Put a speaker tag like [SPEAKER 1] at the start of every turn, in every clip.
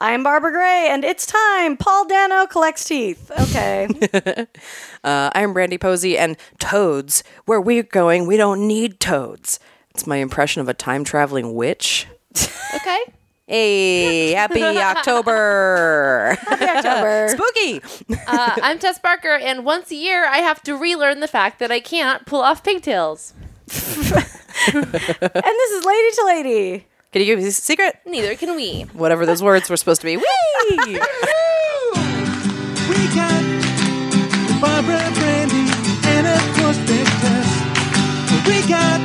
[SPEAKER 1] I'm Barbara Gray, and it's time. Paul Dano collects teeth. Okay.
[SPEAKER 2] Uh, I'm Brandy Posey, and toads. Where we're going, we don't need toads. It's my impression of a time traveling witch.
[SPEAKER 3] Okay.
[SPEAKER 2] Hey, happy October!
[SPEAKER 1] October.
[SPEAKER 2] Spooky!
[SPEAKER 3] Uh, I'm Tess Barker, and once a year I have to relearn the fact that I can't pull off pigtails.
[SPEAKER 1] and this is Lady to Lady.
[SPEAKER 2] Can you give me a secret?
[SPEAKER 3] Neither can we.
[SPEAKER 2] Whatever those words were supposed to be. Whee!
[SPEAKER 4] We got Barbara Brandy and of course Big Tess. We got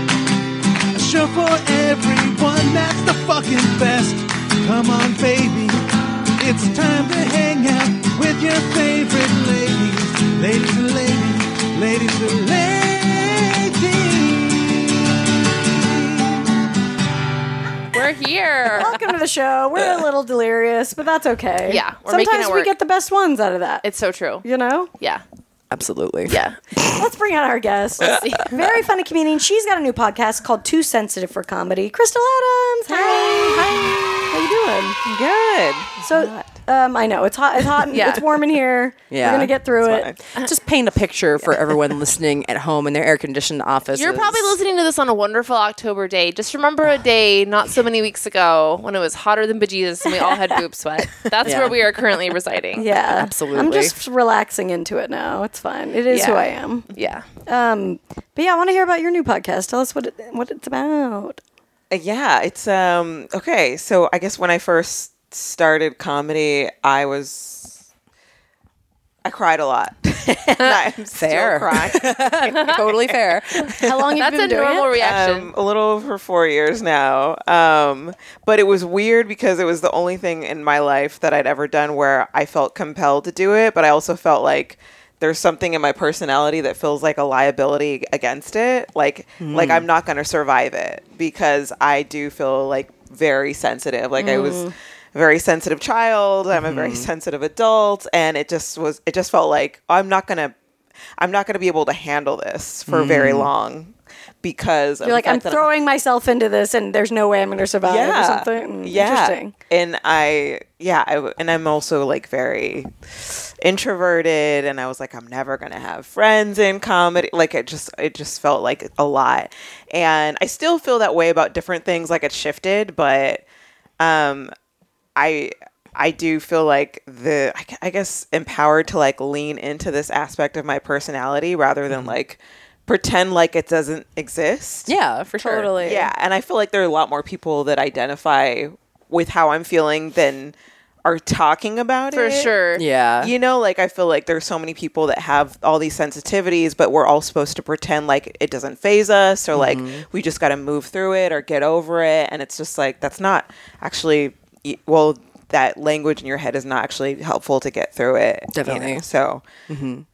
[SPEAKER 4] a show for everyone that's the fucking best. Come on, baby. It's time to hang out with your favorite ladies. Ladies and ladies, ladies and ladies.
[SPEAKER 3] We're here.
[SPEAKER 1] Welcome to the show. We're a little delirious, but that's okay.
[SPEAKER 3] Yeah, we're making
[SPEAKER 1] Sometimes
[SPEAKER 3] it
[SPEAKER 1] we
[SPEAKER 3] work.
[SPEAKER 1] get the best ones out of that.
[SPEAKER 3] It's so true.
[SPEAKER 1] you know?
[SPEAKER 3] Yeah.
[SPEAKER 2] Absolutely.
[SPEAKER 3] Yeah.
[SPEAKER 1] Let's bring out our guest. Very funny comedian. She's got a new podcast called Too Sensitive for Comedy. Crystal Adams. Hi. Hi.
[SPEAKER 2] Good.
[SPEAKER 1] How you doing? So um, I know it's hot. It's hot. And
[SPEAKER 3] Yeah.
[SPEAKER 1] It's warm in here.
[SPEAKER 2] Yeah.
[SPEAKER 1] We're gonna get through it.
[SPEAKER 2] It's fine. Just paint a picture for everyone listening at home in their air conditioned office.
[SPEAKER 3] You're probably listening to this on a wonderful October day. Just remember a day not so many weeks ago when it was hotter than bejesus and we all had boob sweat. That's
[SPEAKER 2] Yeah.
[SPEAKER 3] where we are currently residing.
[SPEAKER 1] Yeah. I'm
[SPEAKER 2] Absolutely.
[SPEAKER 1] just relaxing into it now. It's fine. It is who
[SPEAKER 3] Yeah.
[SPEAKER 1] I am.
[SPEAKER 3] Yeah.
[SPEAKER 1] Um, but yeah, I want to hear about your new podcast. Tell us what it, what it's about.
[SPEAKER 5] Uh, Yeah, it's um okay. So I guess when I first started comedy, I was I cried a lot. And I'm
[SPEAKER 2] Fair.
[SPEAKER 5] Still crying.
[SPEAKER 2] totally fair.
[SPEAKER 1] How long have
[SPEAKER 3] That's
[SPEAKER 1] you
[SPEAKER 3] a
[SPEAKER 1] Oh, been doing
[SPEAKER 3] normal
[SPEAKER 1] it?
[SPEAKER 3] reaction.
[SPEAKER 5] Um, a little over four years now. Um, but it was weird because it was the only thing in my life that I'd ever done where I felt compelled to do it, but I also felt like there's something in my personality that feels like a liability against it. Like like I'm not gonna survive it because I do feel like very sensitive. Like I was a very sensitive child. I'm a very sensitive adult, and it just was. It just felt like I'm not gonna, I'm not gonna be able to handle this for very long because
[SPEAKER 1] You're like, I'm throwing myself into this, and there's no way I'm going to survive or something. Hmm, Mm, Interesting.
[SPEAKER 5] And I, yeah, I, w- and I'm also like very introverted, and I was like, I'm never gonna have friends in comedy. Like it just, it just felt like a lot, and I still feel that way about different things. Like it shifted, but um, I. I do feel like the I gu- I guess empowered to like lean into this aspect of my personality rather
[SPEAKER 1] Mm-hmm.
[SPEAKER 5] than like pretend like it doesn't exist.
[SPEAKER 2] Yeah, for sure.
[SPEAKER 1] Totally.
[SPEAKER 5] Yeah, and I feel like there are a lot more people that identify with how I'm feeling than are talking about
[SPEAKER 3] For
[SPEAKER 5] it.
[SPEAKER 3] sure.
[SPEAKER 2] Yeah.
[SPEAKER 5] You know, like I feel like there's so many people that have all these sensitivities, but we're all supposed to pretend like it doesn't phase us or like
[SPEAKER 3] Mm-hmm.
[SPEAKER 5] we just got to move through it or get over it. And it's just like, that's not actually, y- well, that language in your head is not actually helpful to get through it. you
[SPEAKER 2] Definitely.
[SPEAKER 5] know? So,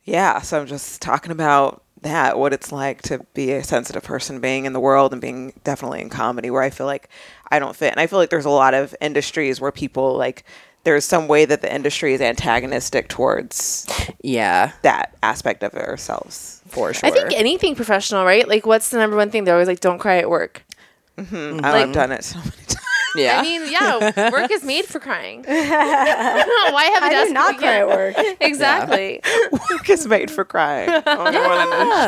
[SPEAKER 5] yeah. So I'm just talking about that, what it's like to be a sensitive person being in the world and being definitely in comedy where I feel like I don't fit. And I feel like there's a lot of industries where people like, there's some way that the industry is antagonistic towards
[SPEAKER 2] Yeah,
[SPEAKER 5] that aspect of ourselves.
[SPEAKER 2] for sure.
[SPEAKER 3] I think anything professional, right? Like, what's the number one thing? They're always like, don't cry at work.
[SPEAKER 5] Oh, I've done it so many times.
[SPEAKER 2] yeah.
[SPEAKER 3] I mean, yeah, work is made for crying. Why have a
[SPEAKER 1] I
[SPEAKER 3] desk?
[SPEAKER 1] do not
[SPEAKER 3] we
[SPEAKER 1] cry at
[SPEAKER 3] can't-
[SPEAKER 1] work.
[SPEAKER 3] Exactly.
[SPEAKER 5] Work is made for crying. Oh, yeah. more than a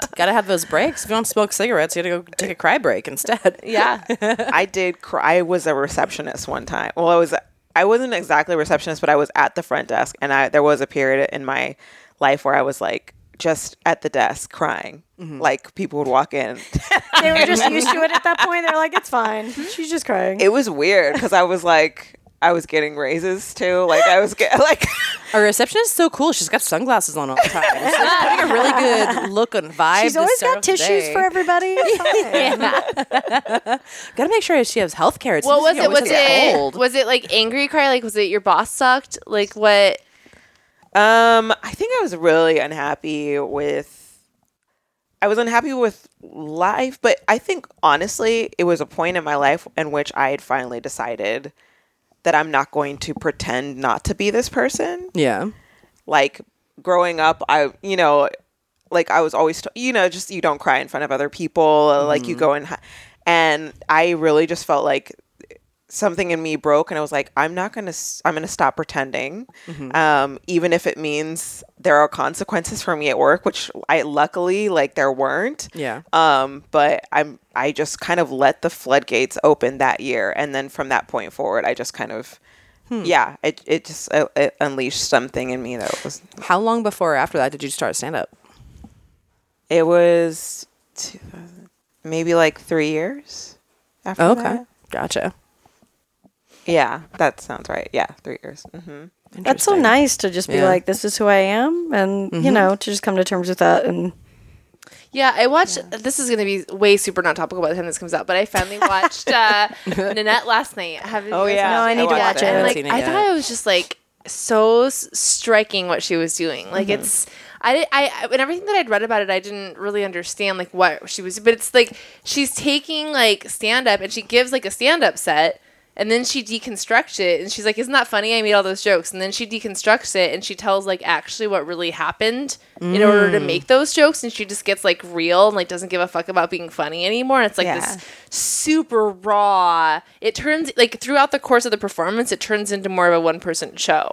[SPEAKER 5] shirt.
[SPEAKER 2] gotta have those breaks. If you don't smoke cigarettes, you gotta go take a cry break instead.
[SPEAKER 3] Yeah.
[SPEAKER 5] I did cry. I was a receptionist one time. Well, I was I wasn't exactly a receptionist, but I was at the front desk, and I there was a period in my life where I was like just at the desk crying. Like people would walk in.
[SPEAKER 1] They were just used to it at that point. They're like, it's fine. She's just crying.
[SPEAKER 5] it was weird because I was like I was getting raises too. Like I was get, like
[SPEAKER 2] Our receptionist is so cool. She's got sunglasses on all the time. She's putting a really good look and vibe.
[SPEAKER 1] She's
[SPEAKER 2] to
[SPEAKER 1] always
[SPEAKER 2] start
[SPEAKER 1] got
[SPEAKER 2] off the
[SPEAKER 1] tissues
[SPEAKER 2] day.
[SPEAKER 1] for everybody. It's fine.
[SPEAKER 2] Gotta make sure she has health care.
[SPEAKER 3] What was it? Was it
[SPEAKER 2] Cold.
[SPEAKER 3] was it like angry cry? Like, was it your boss sucked? Like, what?
[SPEAKER 5] Um, I think I was really unhappy with. I was unhappy with life, but I think honestly, it was a point in my life in which I had finally decided that I'm not going to pretend not to be this person.
[SPEAKER 2] yeah.
[SPEAKER 5] Like growing up, I, you know, like I was always, t- you know, just you don't cry in front of other people, uh, like you go and, hi- and I really just felt like something in me broke and i was like i'm not gonna s- i'm gonna stop pretending um, even if it means there are consequences for me at work which i luckily like there weren't
[SPEAKER 2] Yeah.
[SPEAKER 5] um, but i'm i just kind of let the floodgates open that year and then from that point forward i just kind of yeah it, it just uh it unleashed something in me that was
[SPEAKER 2] How long before or after that did you start stand up?
[SPEAKER 5] it was 2000 maybe like three years after
[SPEAKER 1] Oh,
[SPEAKER 2] Okay.
[SPEAKER 5] that.
[SPEAKER 2] Gotcha.
[SPEAKER 5] yeah that sounds right yeah three years hmm
[SPEAKER 1] That's so
[SPEAKER 2] Interesting.
[SPEAKER 1] nice to just be
[SPEAKER 2] Yeah.
[SPEAKER 1] like, this is who I am, and you know, to just come to terms with that. And
[SPEAKER 3] Yeah, I watched. This is going to be way super not topical by the time this comes out, but I finally watched uh, Nanette last night. Have you
[SPEAKER 5] Oh,
[SPEAKER 3] guys
[SPEAKER 5] yeah.
[SPEAKER 3] watched
[SPEAKER 5] No, I need to
[SPEAKER 3] yet?
[SPEAKER 5] watch it. I
[SPEAKER 3] And,
[SPEAKER 5] haven't
[SPEAKER 3] like,
[SPEAKER 2] seen it
[SPEAKER 3] I
[SPEAKER 2] yet.
[SPEAKER 3] thought it was just like so s- striking what she was doing. Like
[SPEAKER 5] Mm-hmm.
[SPEAKER 3] it's. I, di- I, I- and everything that I'd read about it, I didn't really understand like what she was. But it's like she's taking like stand up and she gives like a stand up set, and then she deconstructs it and she's like, "Isn't that funny? I made all those jokes." And then she deconstructs it and she tells like actually what really happened in order
[SPEAKER 5] Mm.
[SPEAKER 3] to make those jokes, and she just gets like real and like doesn't give a fuck about being funny anymore. And it's like
[SPEAKER 5] Yeah.
[SPEAKER 3] this super raw. It turns like throughout the course of the performance, it turns into more of a one person show.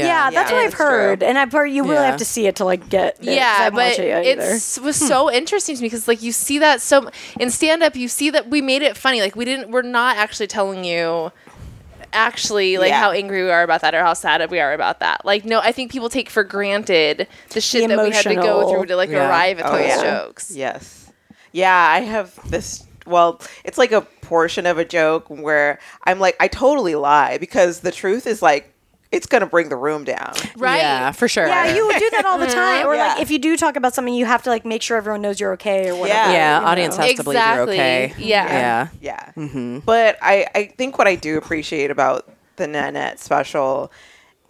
[SPEAKER 1] yeah, that's what I've
[SPEAKER 5] that's true.
[SPEAKER 1] heard, and I've heard you really
[SPEAKER 2] Yeah.
[SPEAKER 1] have to see it to like get. it, 'cause I
[SPEAKER 3] Yeah,
[SPEAKER 1] haven't
[SPEAKER 3] but
[SPEAKER 1] watched it yet either. Hmm.
[SPEAKER 3] it was so interesting to me because like you see that so in stand up, you see that we made it funny. Like we didn't, we're not actually telling you actually like
[SPEAKER 5] Yeah.
[SPEAKER 3] how angry we are about that or how sad we are about that. Like no, I think people take for granted the shit
[SPEAKER 1] The
[SPEAKER 3] that we had to go
[SPEAKER 1] emotional-
[SPEAKER 3] through to like
[SPEAKER 2] Yeah.
[SPEAKER 3] arrive at
[SPEAKER 5] Oh,
[SPEAKER 3] those
[SPEAKER 5] yeah.
[SPEAKER 3] jokes.
[SPEAKER 5] Yes. Yeah, I have this. Well, it's like a portion of a joke where I'm like, I totally lie because the truth is like, it's going to bring the room down.
[SPEAKER 3] Right.
[SPEAKER 2] Yeah, for sure.
[SPEAKER 1] Yeah, you would do that
[SPEAKER 2] Mm-hmm.
[SPEAKER 1] all the time. Or like
[SPEAKER 5] Yeah.
[SPEAKER 1] if you do talk about something, you have to like make sure everyone knows you're okay or whatever.
[SPEAKER 5] Yeah.
[SPEAKER 2] Yeah,
[SPEAKER 1] you
[SPEAKER 2] audience
[SPEAKER 1] know.
[SPEAKER 2] has to believe you're
[SPEAKER 3] Exactly.
[SPEAKER 2] okay.
[SPEAKER 3] Yeah.
[SPEAKER 2] Yeah.
[SPEAKER 5] Yeah. But I, I think what I do appreciate about the Nanette special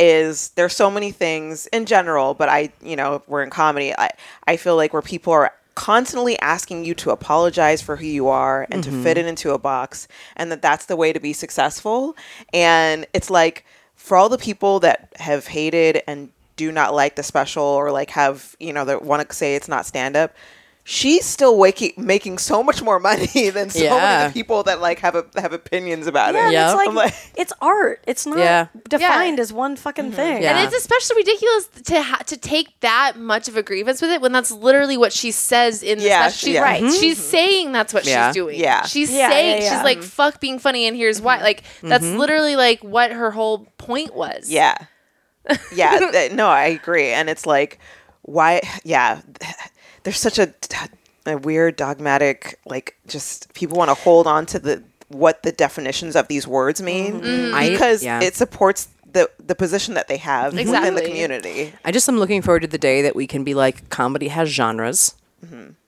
[SPEAKER 5] is there's so many things in general, but I, you know, we're in comedy. I, I feel like where people are constantly asking you to apologize for who you are and to fit it into a box and that that's the way to be successful. And it's like for all the people that have hated and do not like the special or like have, you know, that want to say it's not stand up, she's still waking, making so much more money than so many
[SPEAKER 2] Yeah.
[SPEAKER 5] of the people that like have a, have opinions about
[SPEAKER 1] Yeah,
[SPEAKER 5] it.
[SPEAKER 1] and
[SPEAKER 2] Yeah.
[SPEAKER 1] it's like,
[SPEAKER 5] I'm like-
[SPEAKER 1] it's art. It's not
[SPEAKER 2] Yeah.
[SPEAKER 1] defined
[SPEAKER 3] Yeah.
[SPEAKER 1] as one fucking thing.
[SPEAKER 2] Yeah.
[SPEAKER 3] And
[SPEAKER 5] Um,
[SPEAKER 3] it's especially ridiculous to ha- to take that much of a grievance with it when that's literally what she says in the
[SPEAKER 5] Yeah,
[SPEAKER 3] special. She's
[SPEAKER 5] yeah.
[SPEAKER 3] right. She's saying that's what
[SPEAKER 2] Yeah.
[SPEAKER 3] she's doing.
[SPEAKER 5] Yeah.
[SPEAKER 3] She's
[SPEAKER 1] Mm-hmm. Yeah,
[SPEAKER 3] saying
[SPEAKER 1] yeah, yeah. Mm-hmm.
[SPEAKER 3] she's like fuck being funny and here's why. Like that's literally like what her whole point was.
[SPEAKER 5] Mm-hmm. Yeah. Yeah. th- no, I agree. And it's like, why? Yeah. There's such a, a weird dogmatic, like, just people want to hold on to the what the definitions of these words
[SPEAKER 3] Mm-hmm.
[SPEAKER 5] mean
[SPEAKER 2] I-
[SPEAKER 5] because
[SPEAKER 2] yeah.
[SPEAKER 5] it supports the the position that they have within the
[SPEAKER 3] Exactly.
[SPEAKER 5] community.
[SPEAKER 2] I just am looking forward to the day that we can be like, comedy has genres.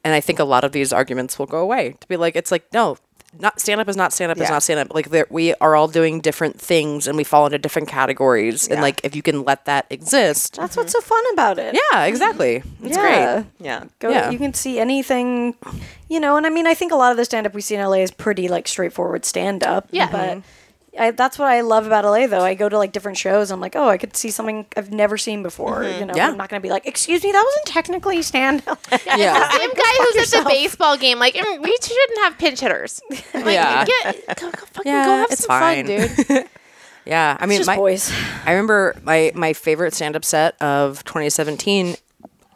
[SPEAKER 2] And I think a lot of these arguments will go away to be like, it's like, no, not stand up is not stand up is
[SPEAKER 5] Yeah.
[SPEAKER 2] not stand up. Like, there- we are all doing different things and we fall into different categories. And
[SPEAKER 5] Yeah. Ah.
[SPEAKER 2] like, if you can let that exist.
[SPEAKER 1] That's what's so fun about it.
[SPEAKER 2] yeah, exactly. It's great.
[SPEAKER 5] Yeah.
[SPEAKER 1] Go,
[SPEAKER 2] Yeah.
[SPEAKER 1] You can see anything, you know. And I mean, I think a lot of the stand up we see in LA is pretty like straightforward stand up.
[SPEAKER 3] Yeah.
[SPEAKER 1] But I, that's what I love about LA, though. I go to like different shows. I'm like, oh, I could see something I've never seen before. You know,
[SPEAKER 2] Yeah.
[SPEAKER 1] I'm not going to be like, excuse me, that wasn't technically stand up.
[SPEAKER 2] Yeah.
[SPEAKER 3] Same guy who's at the baseball game, like "Mm, we shouldn't have pinch hitters. I'm like,
[SPEAKER 2] Yeah.
[SPEAKER 3] get, go, go, fucking
[SPEAKER 2] Yeah,
[SPEAKER 3] go have
[SPEAKER 2] it's
[SPEAKER 3] some
[SPEAKER 2] fine.
[SPEAKER 3] fun, dude.
[SPEAKER 2] Yeah. I mean,
[SPEAKER 1] just
[SPEAKER 2] my,
[SPEAKER 1] boys.
[SPEAKER 2] I remember my my favorite stand up set of 2017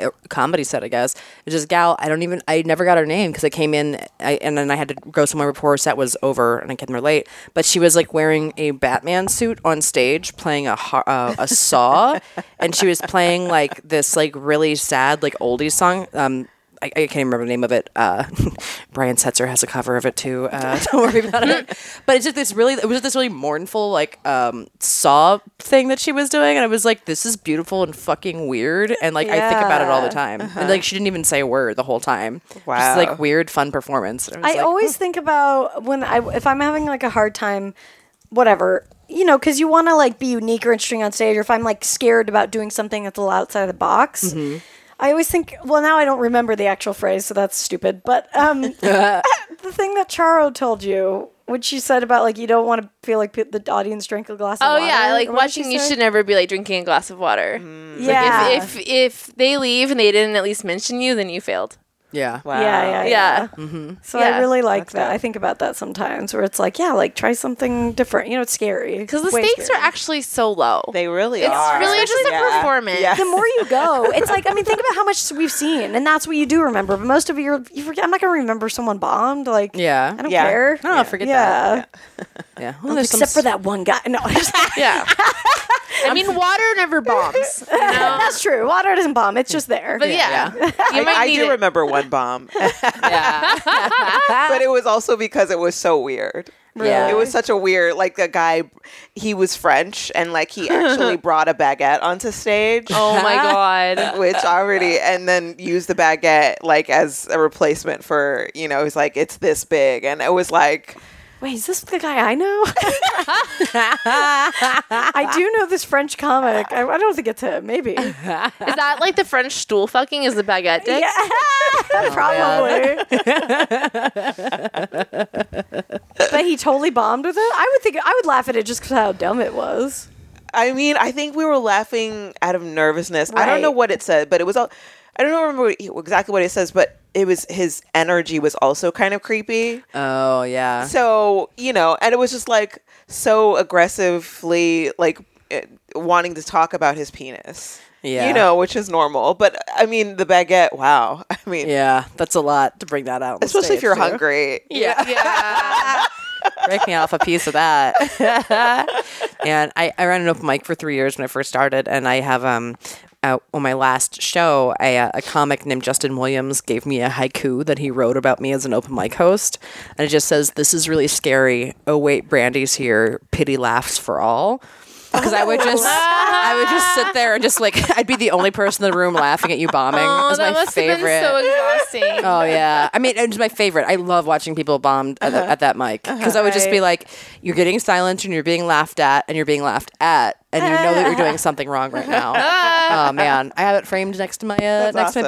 [SPEAKER 2] uh, comedy set I guess it was this gal I don't even I never got her name because I came in I, and then I had to go somewhere before her set was over and I came there late but she was like wearing a Batman suit on stage playing a har- uh, a saw and she was playing like this like really sad like oldie song um I, I can't even remember the name of it. Uh, Brian Setzer has a cover of it too. Uh, don't worry about it. But it's just this really, it was this really mournful like um, saw thing that she was doing, and I was like, this is beautiful and fucking weird, and like I think about it all the
[SPEAKER 1] Yeah.
[SPEAKER 2] time. And like she didn't even say a word the whole time.
[SPEAKER 5] Uh-huh. Wow.
[SPEAKER 2] just like weird fun performance. And I,
[SPEAKER 1] I
[SPEAKER 2] was like,
[SPEAKER 1] always think about when I if I'm having like a hard time, whatever you know, because you want to like be unique or interesting on stage, or if I'm like scared about doing something that's a little outside of the box.
[SPEAKER 3] Mm-hmm.
[SPEAKER 1] I always think, well, now I don't remember the actual phrase, so that's stupid. But um, the thing that Charo told you, what she said about like you don't want to feel like pe- the audience drank a glass of
[SPEAKER 3] Oh
[SPEAKER 1] water.
[SPEAKER 3] yeah, like
[SPEAKER 1] or what did she
[SPEAKER 3] watching you
[SPEAKER 1] say?
[SPEAKER 3] should never be like drinking a glass of water.
[SPEAKER 5] Mm.
[SPEAKER 1] Yeah.
[SPEAKER 3] If if they leave and they didn't at least mention you, then you failed.
[SPEAKER 2] Yeah.
[SPEAKER 5] Wow.
[SPEAKER 1] Yeah, yeah, yeah.
[SPEAKER 3] uh, Yeah.
[SPEAKER 1] So
[SPEAKER 3] Yeah.
[SPEAKER 1] I really like that. I think about that sometimes, where it's like, yeah, like try something different. You know, it's scary
[SPEAKER 3] Because the stakes are actually so low.
[SPEAKER 5] They really
[SPEAKER 3] It's
[SPEAKER 5] are.
[SPEAKER 3] really just a performance.
[SPEAKER 5] Yeah.
[SPEAKER 1] The more you go, it's like I mean, think about how much we've seen, and that's what you do remember. But most of you, you forget. I'm not gonna remember someone bombed. Like,
[SPEAKER 2] Yeah.
[SPEAKER 1] I don't
[SPEAKER 5] Yeah.
[SPEAKER 1] care.
[SPEAKER 2] No, forget
[SPEAKER 1] yeah.
[SPEAKER 2] that. Yeah. Well, there's some
[SPEAKER 1] except for that one guy. No,
[SPEAKER 3] Yeah. I mean, water never bombs. You know?
[SPEAKER 1] that's true. Water doesn't bomb. It's just there.
[SPEAKER 3] But yeah, you might
[SPEAKER 5] I
[SPEAKER 3] need
[SPEAKER 5] do
[SPEAKER 3] it.
[SPEAKER 5] remember one bomb,
[SPEAKER 2] Yeah.
[SPEAKER 5] but it was also because it was so weird.
[SPEAKER 2] Yeah.
[SPEAKER 5] It was such a weird, like the guy, he was French and like he actually brought a baguette onto stage.
[SPEAKER 3] Oh my god.
[SPEAKER 5] which already and then use the baguette like as a replacement for you know he's like it's this big and it was like
[SPEAKER 1] Wait, is this the guy I know? I do know this French comic. I, I don't think it's him. Maybe.
[SPEAKER 3] Is that like the French stool fucking? Is the baguette dick?
[SPEAKER 1] Yeah,
[SPEAKER 2] Oh,
[SPEAKER 1] probably. but he totally bombed with it. I would think I would laugh at it just because how dumb it was.
[SPEAKER 5] i mean i think we were laughing out of nervousness i don't know
[SPEAKER 1] Right.
[SPEAKER 5] what it said but it was all i don't remember what he- exactly what it says but it was his energy was also kind of creepy
[SPEAKER 2] oh yeah.
[SPEAKER 5] so you know and it was just like so aggressively like it, wanting to talk about his penis
[SPEAKER 2] Yeah.
[SPEAKER 5] you know which is normal but i mean the baguette wow i mean
[SPEAKER 2] Yeah. That's a lot to bring that out. on the
[SPEAKER 5] especially if
[SPEAKER 2] stage,
[SPEAKER 5] you're
[SPEAKER 2] too.
[SPEAKER 5] hungry
[SPEAKER 3] Yeah.
[SPEAKER 2] break me off a piece of that. and I, I ran an open mic for three years when I first started, and I have um. Uh, on my last show, I, uh, a comic named Justin Williams gave me a haiku that he wrote about me as an open mic host, and it just says, "This is really scary. Oh wait, Brandy's here. Pity laughs for all." Because I would just, I would just sit there and just like, I'd be the only person in the room laughing at you bombing. It
[SPEAKER 3] Oh,
[SPEAKER 2] was
[SPEAKER 3] that
[SPEAKER 2] my
[SPEAKER 3] must
[SPEAKER 2] favorite.
[SPEAKER 3] have been so exhausting.
[SPEAKER 2] Oh yeah, I mean, it's my favorite. I love watching people bombed at,
[SPEAKER 3] Uh-huh.
[SPEAKER 2] the- at that mic because I would just be like, "You're getting silent, and you're being laughed at, and you're being laughed at, and you know that you're doing something wrong right now." oh man, I have it framed next to my uh, next to my
[SPEAKER 5] awesome.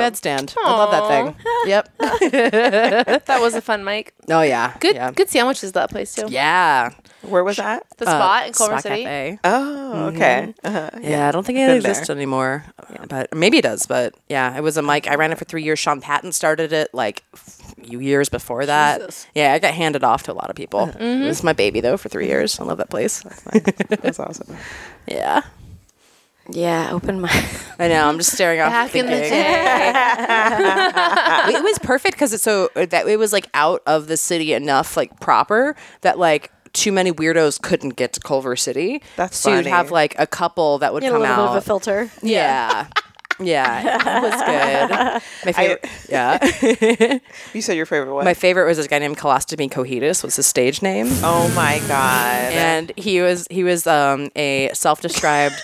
[SPEAKER 2] bedstand. I love that thing. Yep.
[SPEAKER 3] That was a fun mic.
[SPEAKER 2] Oh yeah.
[SPEAKER 3] Good
[SPEAKER 2] Yeah.
[SPEAKER 3] good sandwiches that place too.
[SPEAKER 2] Yeah.
[SPEAKER 5] Where was that?
[SPEAKER 3] The spot in
[SPEAKER 2] Spa
[SPEAKER 3] Culver City.
[SPEAKER 2] Cafe.
[SPEAKER 5] Oh,
[SPEAKER 2] Mm-hmm.
[SPEAKER 5] okay. Uh-huh.
[SPEAKER 2] Yeah, I don't think it
[SPEAKER 5] Been
[SPEAKER 2] exists anymore. uh, But maybe it does. But yeah, it was a mic. I ran it for three years. Sean Patton started it like few years before that. Yeah, I got handed off to a lot of people. It was my baby though for three years. I love that place.
[SPEAKER 5] That's awesome.
[SPEAKER 2] yeah.
[SPEAKER 1] Yeah, open my.
[SPEAKER 2] I know. I'm just staring off.
[SPEAKER 3] Back in the
[SPEAKER 2] thinking.
[SPEAKER 3] day.
[SPEAKER 2] it was perfect because it's so uh, that it was like out of the city enough, like proper that like too many weirdos couldn't get to Culver City.
[SPEAKER 5] That's
[SPEAKER 2] so you'd
[SPEAKER 5] funny.
[SPEAKER 2] have like a couple that would
[SPEAKER 1] Get a
[SPEAKER 2] come
[SPEAKER 1] little
[SPEAKER 2] out.
[SPEAKER 1] bit of a filter.
[SPEAKER 2] Yeah. Yeah, it was good. My favorite, yeah,
[SPEAKER 5] You said your favorite one.
[SPEAKER 2] my favorite was this guy named Colostomy Cohetus was his stage name,
[SPEAKER 5] oh my god.
[SPEAKER 2] and he was he was um, a self-described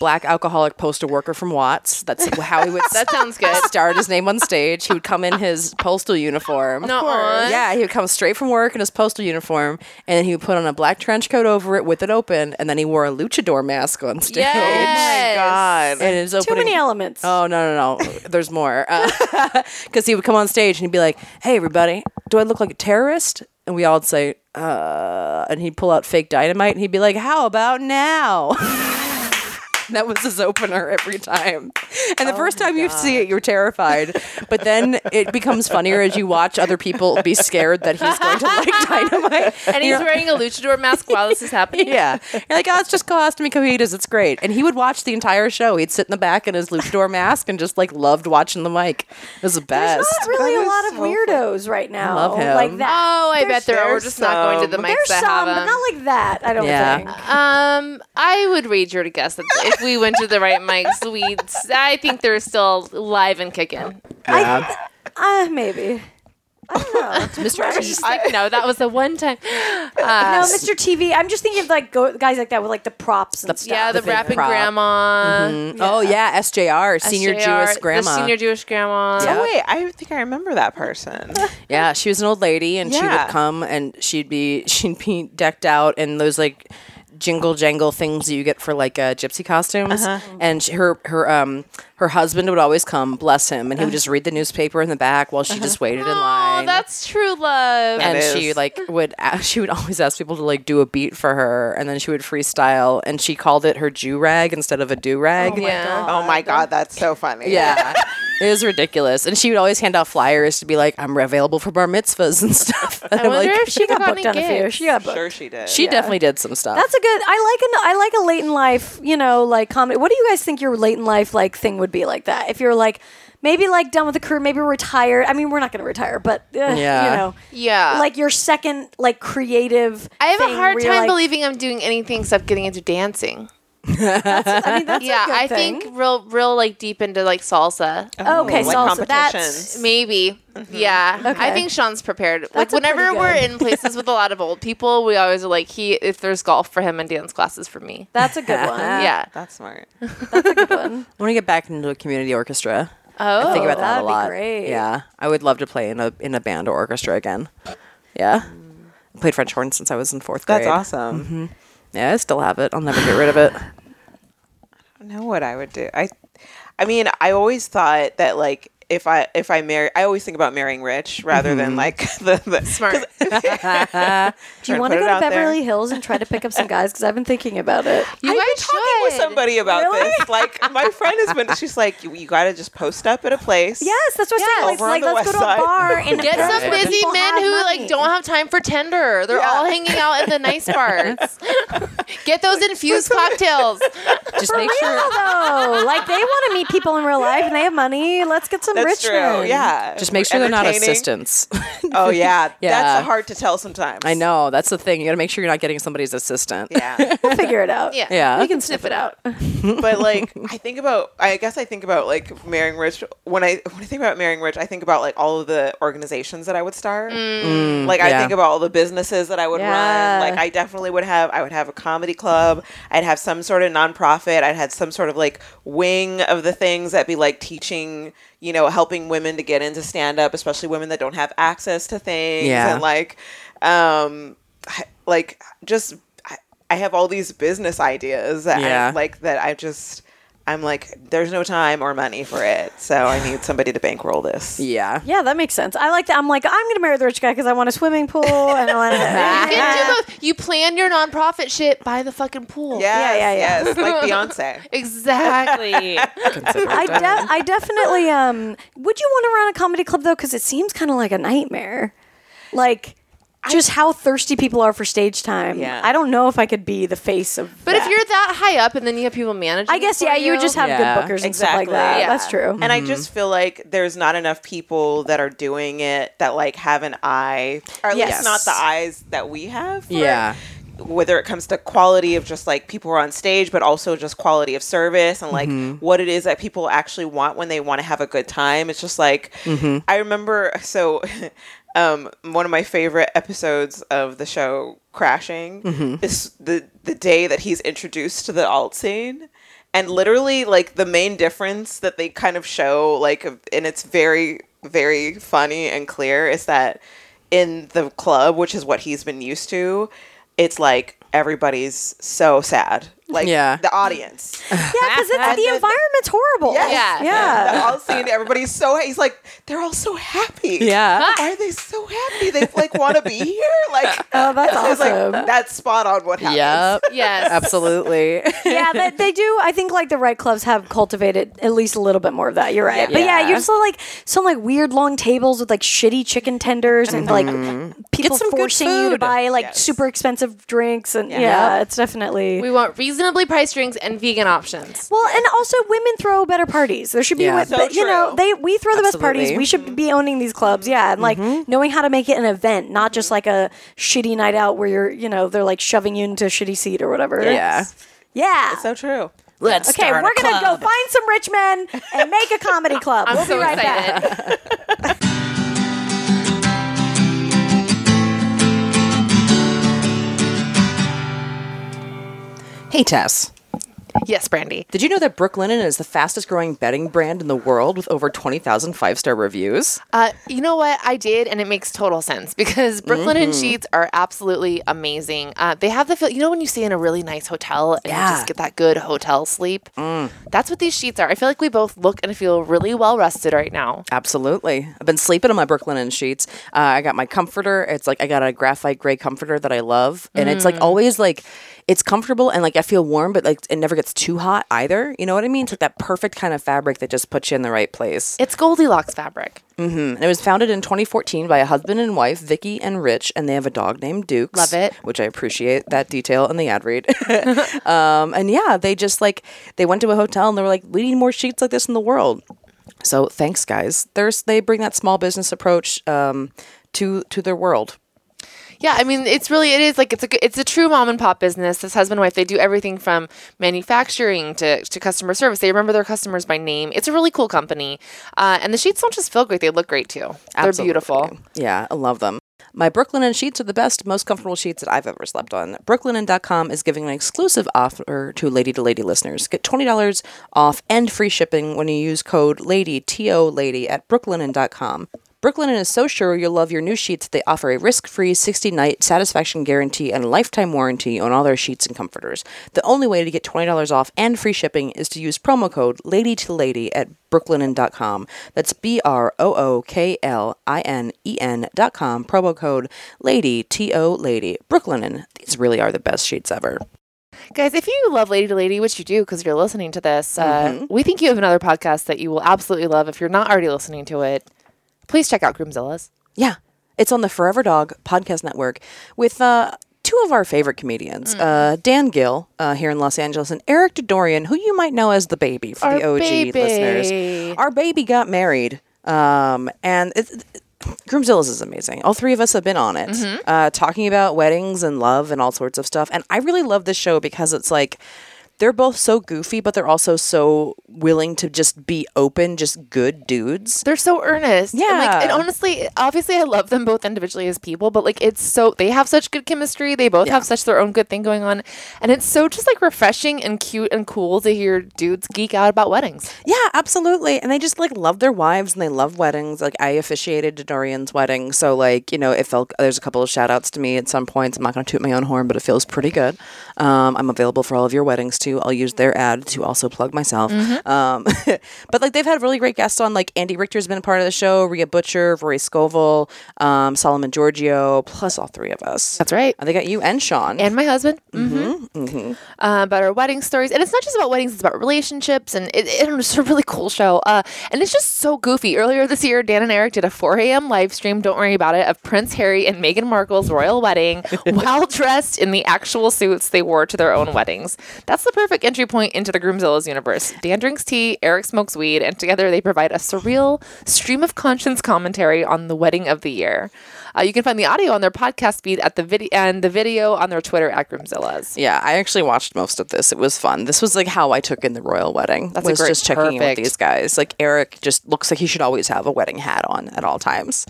[SPEAKER 2] black alcoholic postal worker from Watts. That's how he would
[SPEAKER 3] That sounds good.
[SPEAKER 2] start his name on stage. He would come in his postal uniform.
[SPEAKER 3] Nuh-uh. course.
[SPEAKER 2] Yeah, he would come straight from work in his postal uniform, and then he would put on a black trench coat over it with it open, and then he wore a luchador mask on stage.
[SPEAKER 3] Yes.
[SPEAKER 5] god.
[SPEAKER 2] And his
[SPEAKER 1] Too
[SPEAKER 2] opening,
[SPEAKER 1] many elements.
[SPEAKER 2] Oh no no no! There's more. Because he would come on stage and he'd be like, "Hey everybody, do I look like a terrorist?" And we all would say, "Uh," and he'd pull out fake dynamite and he'd be like, "How about now?" that was his opener every time. And the first time you see it, you're terrified, but then it becomes funnier as you watch other people be scared that he's going to like dynamite.
[SPEAKER 3] And he's wearing a luchador mask while this is happening.
[SPEAKER 2] Yeah. You're like, oh, it's just colostomy cohetas. It's great. And he would watch the entire show. He'd sit in the back in his luchador mask and just like loved watching the mic. It was the
[SPEAKER 1] There's
[SPEAKER 2] best.
[SPEAKER 1] not really
[SPEAKER 5] That
[SPEAKER 1] a
[SPEAKER 5] is
[SPEAKER 1] lot of
[SPEAKER 5] so
[SPEAKER 1] weirdos right now.
[SPEAKER 2] love him.
[SPEAKER 1] Like that.
[SPEAKER 3] Oh, I bet there are. We're
[SPEAKER 5] there's
[SPEAKER 3] just not going to the
[SPEAKER 5] some.
[SPEAKER 3] mics
[SPEAKER 1] There's
[SPEAKER 3] that
[SPEAKER 1] some,
[SPEAKER 3] have
[SPEAKER 1] but
[SPEAKER 3] them.
[SPEAKER 1] not like that. I don't
[SPEAKER 2] Yeah.
[SPEAKER 1] think.
[SPEAKER 3] Um, I would wager to guess that if we went to the right mics, we'd. I think they're still live and kicking.
[SPEAKER 2] Yeah.
[SPEAKER 1] Uh, maybe.
[SPEAKER 2] Mr.
[SPEAKER 3] I was just like, no, that was the one time.
[SPEAKER 2] Uh,
[SPEAKER 1] no, Mr. TV. I'm just thinking of like go- guys like that with like the props and stuff.
[SPEAKER 3] Yeah, the,
[SPEAKER 2] big
[SPEAKER 3] rapping
[SPEAKER 2] prop.
[SPEAKER 3] grandma,
[SPEAKER 1] Mm-hmm.
[SPEAKER 2] Oh, yeah. SJR, senior
[SPEAKER 3] SJR,
[SPEAKER 2] Jewish grandma.
[SPEAKER 3] the senior Jewish grandma.
[SPEAKER 2] Yeah.
[SPEAKER 5] Oh wait, I think I remember that person.
[SPEAKER 2] Yeah, she was an old lady, and she
[SPEAKER 5] Yeah.
[SPEAKER 2] would come and she'd be she'd be decked out in those like jingle jangle things that you get for like uh, gypsy costumes. And she, her her um her husband would always come, bless him, and he would just read the newspaper in the back while she just waited in
[SPEAKER 3] Oh,
[SPEAKER 2] line.
[SPEAKER 3] that's true love.
[SPEAKER 2] and
[SPEAKER 5] That
[SPEAKER 2] she
[SPEAKER 5] is.
[SPEAKER 2] like would a- she would always ask people to like do a beat for her, and then she would freestyle, and she called it her Jew rag instead of a do rag.
[SPEAKER 3] Oh, yeah.
[SPEAKER 5] Oh my god, that's so funny.
[SPEAKER 2] Yeah. It was ridiculous. And she would always hand out flyers to be like, I'm available for bar mitzvahs and stuff. And
[SPEAKER 3] I wonder if she
[SPEAKER 1] She got
[SPEAKER 3] got any
[SPEAKER 1] booked on a few.
[SPEAKER 3] gigs.
[SPEAKER 1] She got booked.
[SPEAKER 5] Sure, she did.
[SPEAKER 2] she definitely did some stuff.
[SPEAKER 1] That's a good. I like an. I like a late in life. You know, like comedy. What do you guys think your late in life like thing would be like that? If you're like maybe like done with the career, maybe retired. I mean, we're not going to retire, but uh,
[SPEAKER 2] Yeah.
[SPEAKER 1] you know,
[SPEAKER 3] Yeah.
[SPEAKER 1] like your second like creative.
[SPEAKER 3] I have a
[SPEAKER 1] thing
[SPEAKER 3] hard
[SPEAKER 1] where you're
[SPEAKER 3] time
[SPEAKER 1] like-
[SPEAKER 3] believing I'm doing anything except getting into dancing.
[SPEAKER 1] I mean, that's
[SPEAKER 3] yeah,
[SPEAKER 1] a good
[SPEAKER 3] I
[SPEAKER 1] thing.
[SPEAKER 3] think real, real like deep into like salsa.
[SPEAKER 1] Okay,
[SPEAKER 5] like
[SPEAKER 1] salsa. That's Mm-hmm.
[SPEAKER 5] competitions.
[SPEAKER 3] Maybe. Yeah. I
[SPEAKER 1] Okay.
[SPEAKER 3] think Sean's prepared. like
[SPEAKER 1] That's a
[SPEAKER 3] whenever
[SPEAKER 1] pretty
[SPEAKER 3] we're
[SPEAKER 1] good-
[SPEAKER 3] in places with a lot of old people, we always are like he if there's golf for him and dance classes for me.
[SPEAKER 1] that's a good one. Yeah,
[SPEAKER 3] yeah.
[SPEAKER 5] That's smart.
[SPEAKER 2] I want to get back into a community orchestra.
[SPEAKER 3] Oh.
[SPEAKER 2] I think about
[SPEAKER 1] that'd
[SPEAKER 2] that a
[SPEAKER 1] be
[SPEAKER 2] lot.
[SPEAKER 1] great.
[SPEAKER 2] Yeah, I would love to play in a in a band or orchestra again. Yeah, I
[SPEAKER 3] Mm.
[SPEAKER 2] played French horn since I was in fourth grade.
[SPEAKER 5] That's awesome.
[SPEAKER 2] Yeah, I still have it. I'll never get rid of it.
[SPEAKER 5] I don't know what I would do. I, I mean, I always thought that like if I if I marry, I always think about marrying rich rather
[SPEAKER 1] Mm-hmm.
[SPEAKER 5] than like the, the
[SPEAKER 3] Smart.
[SPEAKER 5] 'cause-
[SPEAKER 1] Do
[SPEAKER 5] Trying
[SPEAKER 1] you
[SPEAKER 5] to
[SPEAKER 1] want to
[SPEAKER 5] put
[SPEAKER 1] go
[SPEAKER 5] it
[SPEAKER 1] to
[SPEAKER 5] out there.
[SPEAKER 1] Beverly Hills and try to pick up some guys? Because I've been thinking about it.
[SPEAKER 3] You
[SPEAKER 5] I've
[SPEAKER 3] guys
[SPEAKER 5] been talking with
[SPEAKER 3] should.
[SPEAKER 5] somebody about
[SPEAKER 1] Really?
[SPEAKER 5] this. Like my friend has been. She's like, you, you got to just post up at a place.
[SPEAKER 1] Yes, that's what I'm saying. It's
[SPEAKER 5] Over on
[SPEAKER 1] like
[SPEAKER 5] the
[SPEAKER 1] let's go
[SPEAKER 5] west
[SPEAKER 1] to a
[SPEAKER 5] side.
[SPEAKER 1] bar and
[SPEAKER 3] Get
[SPEAKER 1] apparently
[SPEAKER 3] some busy
[SPEAKER 1] people
[SPEAKER 3] men
[SPEAKER 1] have
[SPEAKER 3] who
[SPEAKER 1] money.
[SPEAKER 3] like don't have time for tender. They're all hanging out at the nice bars. Get those infused cocktails.
[SPEAKER 2] Just make sure.
[SPEAKER 1] though. Like they want to meet people in real life and they have money. Let's get some
[SPEAKER 5] That's
[SPEAKER 1] rich
[SPEAKER 5] true.
[SPEAKER 1] men.
[SPEAKER 5] Yeah.
[SPEAKER 2] Just make sure they're not
[SPEAKER 5] Entertaining.
[SPEAKER 2] assistants.
[SPEAKER 5] Oh yeah.
[SPEAKER 2] Yeah.
[SPEAKER 5] That's hard to tell sometimes.
[SPEAKER 2] I know that's the thing. You got to make sure you're not getting somebody's assistant.
[SPEAKER 5] Yeah.
[SPEAKER 1] We'll figure it out.
[SPEAKER 3] Yeah.
[SPEAKER 2] Yeah.
[SPEAKER 1] We can sniff it out.
[SPEAKER 5] but like I think about I guess I think about like marrying rich when I when I think about marrying rich I think about like all of the organizations that I would start like I
[SPEAKER 2] Mm, yeah.
[SPEAKER 5] think about all the businesses that I would
[SPEAKER 1] Yeah.
[SPEAKER 5] run like I definitely would have I would have a comedy club I'd have some sort of nonprofit I'd had some sort of like wing of the things that be like teaching you know helping women to get into stand up especially women that don't have access to things
[SPEAKER 2] Yeah.
[SPEAKER 5] and like um I- like just I, I have all these business ideas that
[SPEAKER 2] Yeah.
[SPEAKER 5] I, like that I just I'm like there's no time or money for it so I need somebody to bankroll this
[SPEAKER 2] Yeah.
[SPEAKER 1] Yeah, that makes sense. I like that. I'm like, I'm going to marry the rich guy because I want a swimming pool and I want
[SPEAKER 3] You
[SPEAKER 1] to.
[SPEAKER 3] can do both. You plan your nonprofit shit by the fucking pool.
[SPEAKER 5] yes,
[SPEAKER 1] yeah, yeah.
[SPEAKER 5] yes like Beyonce
[SPEAKER 3] Exactly.
[SPEAKER 1] I, de- I definitely. um Would you want to run a comedy club though? Because it seems kind of like a nightmare. Like. Just how thirsty people are for stage time.
[SPEAKER 5] Yeah.
[SPEAKER 1] I don't know if I could be the face of.
[SPEAKER 3] But if
[SPEAKER 1] that.
[SPEAKER 3] you're that high up and then you have people managing,
[SPEAKER 1] I guess
[SPEAKER 3] for
[SPEAKER 1] yeah, you would just have
[SPEAKER 2] Yeah.
[SPEAKER 1] good bookers and stuff like that.
[SPEAKER 5] Yeah.
[SPEAKER 1] That's true.
[SPEAKER 5] and I just feel like there's not enough people that are doing it that like have an eye or at
[SPEAKER 1] Yes.
[SPEAKER 5] least not the eyes that we have for
[SPEAKER 2] Yeah.
[SPEAKER 5] whether it comes to quality of just like people who are on stage, but also just quality of service and like
[SPEAKER 1] Mm-hmm.
[SPEAKER 5] what it is that people actually want when they want to have a good time. It's just like
[SPEAKER 1] Mm-hmm.
[SPEAKER 5] I remember so um one of my favorite episodes of the show Crashing
[SPEAKER 1] Mm-hmm.
[SPEAKER 5] is the the day that he's introduced to the alt scene. And literally like the main difference that they kind of show like and it's very very funny and clear is that in the club, which is what he's been used to, it's like everybody's so sad. Like
[SPEAKER 2] Yeah.
[SPEAKER 5] the audience.
[SPEAKER 1] Yeah, because it's
[SPEAKER 5] And
[SPEAKER 1] the
[SPEAKER 5] then-
[SPEAKER 1] environment's horrible.
[SPEAKER 5] Yes.
[SPEAKER 1] Yeah.
[SPEAKER 5] The all scene, everybody's so he's like, they're all so happy.
[SPEAKER 2] Yeah.
[SPEAKER 5] Why are they so happy? They like wanna be here? Like
[SPEAKER 1] Oh, that's
[SPEAKER 5] it's
[SPEAKER 1] awesome.
[SPEAKER 5] like that's spot on what happens.
[SPEAKER 2] Yep.
[SPEAKER 3] Yes.
[SPEAKER 2] Absolutely.
[SPEAKER 1] yeah, that they do. I think like the right clubs have cultivated at least a little bit more of that. You're right. But yeah,
[SPEAKER 2] Yeah.
[SPEAKER 1] you just saw, like some like weird long tables with like shitty chicken tenders and like people
[SPEAKER 2] some good
[SPEAKER 1] forcing you to
[SPEAKER 2] food.
[SPEAKER 1] buy like
[SPEAKER 5] Yes.
[SPEAKER 1] super expensive drinks and yeah, it's definitely.
[SPEAKER 3] We want reasonably priced drinks and vegan options.
[SPEAKER 1] well, and also women throw better parties. There should be,
[SPEAKER 2] Yeah.
[SPEAKER 1] wi-
[SPEAKER 5] So
[SPEAKER 1] but, you know,
[SPEAKER 5] true.
[SPEAKER 1] they we throw the best parties.
[SPEAKER 2] Absolutely.
[SPEAKER 1] We should be owning these clubs, yeah, and like knowing how to make it an event, not just like a shitty night out where you're, you know, they're like shoving you into a shitty seat or whatever.
[SPEAKER 2] yeah.
[SPEAKER 1] yeah.
[SPEAKER 5] So true.
[SPEAKER 2] Let's
[SPEAKER 1] Okay, we're gonna go find some rich men and make a comedy club.
[SPEAKER 3] I'm
[SPEAKER 1] we'll
[SPEAKER 3] so
[SPEAKER 1] be right back.
[SPEAKER 3] excited.
[SPEAKER 2] Hey Tess.
[SPEAKER 3] yes, Brandy.
[SPEAKER 2] Did you know that Brooke Linen is the fastest growing bedding brand in the world with over 20,000 five star reviews?
[SPEAKER 3] Uh, you know what? I did, and it makes total sense because Brooklyn and
[SPEAKER 2] Mm-hmm.
[SPEAKER 3] sheets are absolutely amazing. Uh, they have the feel. You know when you stay in a really nice hotel and
[SPEAKER 2] Yeah. Mm.
[SPEAKER 3] you just get that good hotel sleep. That's what these sheets are. I feel like we both look and feel really well rested right now.
[SPEAKER 2] Absolutely. I've been sleeping on my Brooklyn and sheets. Uh, I got my comforter. It's like I got a graphite gray comforter that I love. And it's like always like it's comfortable and like I feel warm, but like it never gets too hot either. You know what I mean? It's like that perfect kind of fabric that just puts you in the right place.
[SPEAKER 3] It's Goldilocks fabric.
[SPEAKER 2] And it was founded in 2014 by a husband and wife, Vicky and Rich, and they have a dog named Dukes.
[SPEAKER 3] Love it.
[SPEAKER 2] Which I appreciate that detail in the ad read. um, and yeah, they just like, they went to a hotel and they were like, we need more sheets like this in the world. So thanks, guys. There's, they bring that small business approach um, to to their world.
[SPEAKER 3] Yeah, I mean, it's really it is like it's a g- it's a true mom and pop business. This husband and wife they do everything from manufacturing to, to customer service. They remember their customers by name. It's a really cool company, uh, and the sheets don't just feel great; they look great too. They're
[SPEAKER 2] Absolutely.
[SPEAKER 3] beautiful.
[SPEAKER 2] Yeah, I love them. My Brooklyn and sheets are the best, most comfortable sheets that I've ever slept on. Brooklinen.com is giving an exclusive offer to Lady to Lady listeners. Get $20 off and free shipping when you use code LADY, T-O LADY, at brooklinen.com. Brooklinen is so sure you'll love your new sheets that they offer a risk-free 60-night satisfaction guarantee and a lifetime warranty on all their sheets and comforters. The only way to get $20 off and free shipping is to use promo code LADY to LADY at brooklinen.com. That's B R O O K L I N E N.com. Promo code LADY, T O LADY. Brooklinen. These really are the best sheets ever.
[SPEAKER 3] Guys, if you love Lady to Lady, which you do because you're listening to this, uh, we think you have another podcast that you will absolutely love. If you're not already listening to it, please check out Groomzilla's.
[SPEAKER 2] Yeah. It's on the Forever Dog podcast network with uh, two of our favorite comedians,
[SPEAKER 3] Mm.
[SPEAKER 2] uh, Dan Gill uh, here in Los Angeles and Eric Dodorian, who you might know as the baby for
[SPEAKER 3] Our
[SPEAKER 2] the OG
[SPEAKER 3] baby.
[SPEAKER 2] listeners. Our baby got married. Um, and it's. Groomzilla's is amazing. All three of us have been on it,
[SPEAKER 3] Mm-hmm.
[SPEAKER 2] uh, talking about weddings and love and all sorts of stuff. And I really love this show because it's like they're both so goofy, but they're also so willing to just be open, just good dudes.
[SPEAKER 3] They're so earnest. And,
[SPEAKER 2] Yeah.
[SPEAKER 3] like, and honestly, obviously, I love them both individually as people, but like, it's so, they have such good chemistry. They both have such their own good thing going on. And it's so just like refreshing and cute and cool to hear dudes geek out about weddings.
[SPEAKER 2] Yeah, absolutely. And they just like love their wives and they love weddings. Like I officiated Dorian's wedding, so like you know, it felt there's a couple of shout outs to me at some points. I'm not going to toot my own horn, but it feels pretty good. Um, I'm available for all of your weddings too. I'll use their ad to also plug myself. Um, but like they've had really great guests on. Like Andy Richter's been a part of the show, Rhea Butcher, Rory Scovel, um, Solomon Giorgio, plus all three of us.
[SPEAKER 3] That's right.
[SPEAKER 2] And they got you and Sean.
[SPEAKER 3] and my husband. Mm-hmm. Uh, about our wedding stories, and it's not just about weddings; it's about relationships, and it, it, it's a really cool show. Uh, and it's just so goofy. Earlier this year, Dan and Eric did a 4 a.m. live stream. Don't worry about it. Of Prince Harry and Meghan Markle's royal wedding, while dressed in the actual suits they wore to their own weddings. That's the perfect entry point into the Groomzilla's universe. Dan drinks tea, Eric smokes weed, and together they provide a surreal stream of conscience commentary on the wedding of the year. Uh, you can find the audio on their podcast feed at the video and the video on their Twitter at Groomzilla's.
[SPEAKER 2] Yeah, I actually watched most of this. It was fun. This was like how I took in the royal wedding. That's
[SPEAKER 3] a
[SPEAKER 2] was
[SPEAKER 3] great-
[SPEAKER 2] just checking in with
[SPEAKER 3] perfect.
[SPEAKER 2] these guys. Like Eric just looks like he should always have a wedding hat on at all times.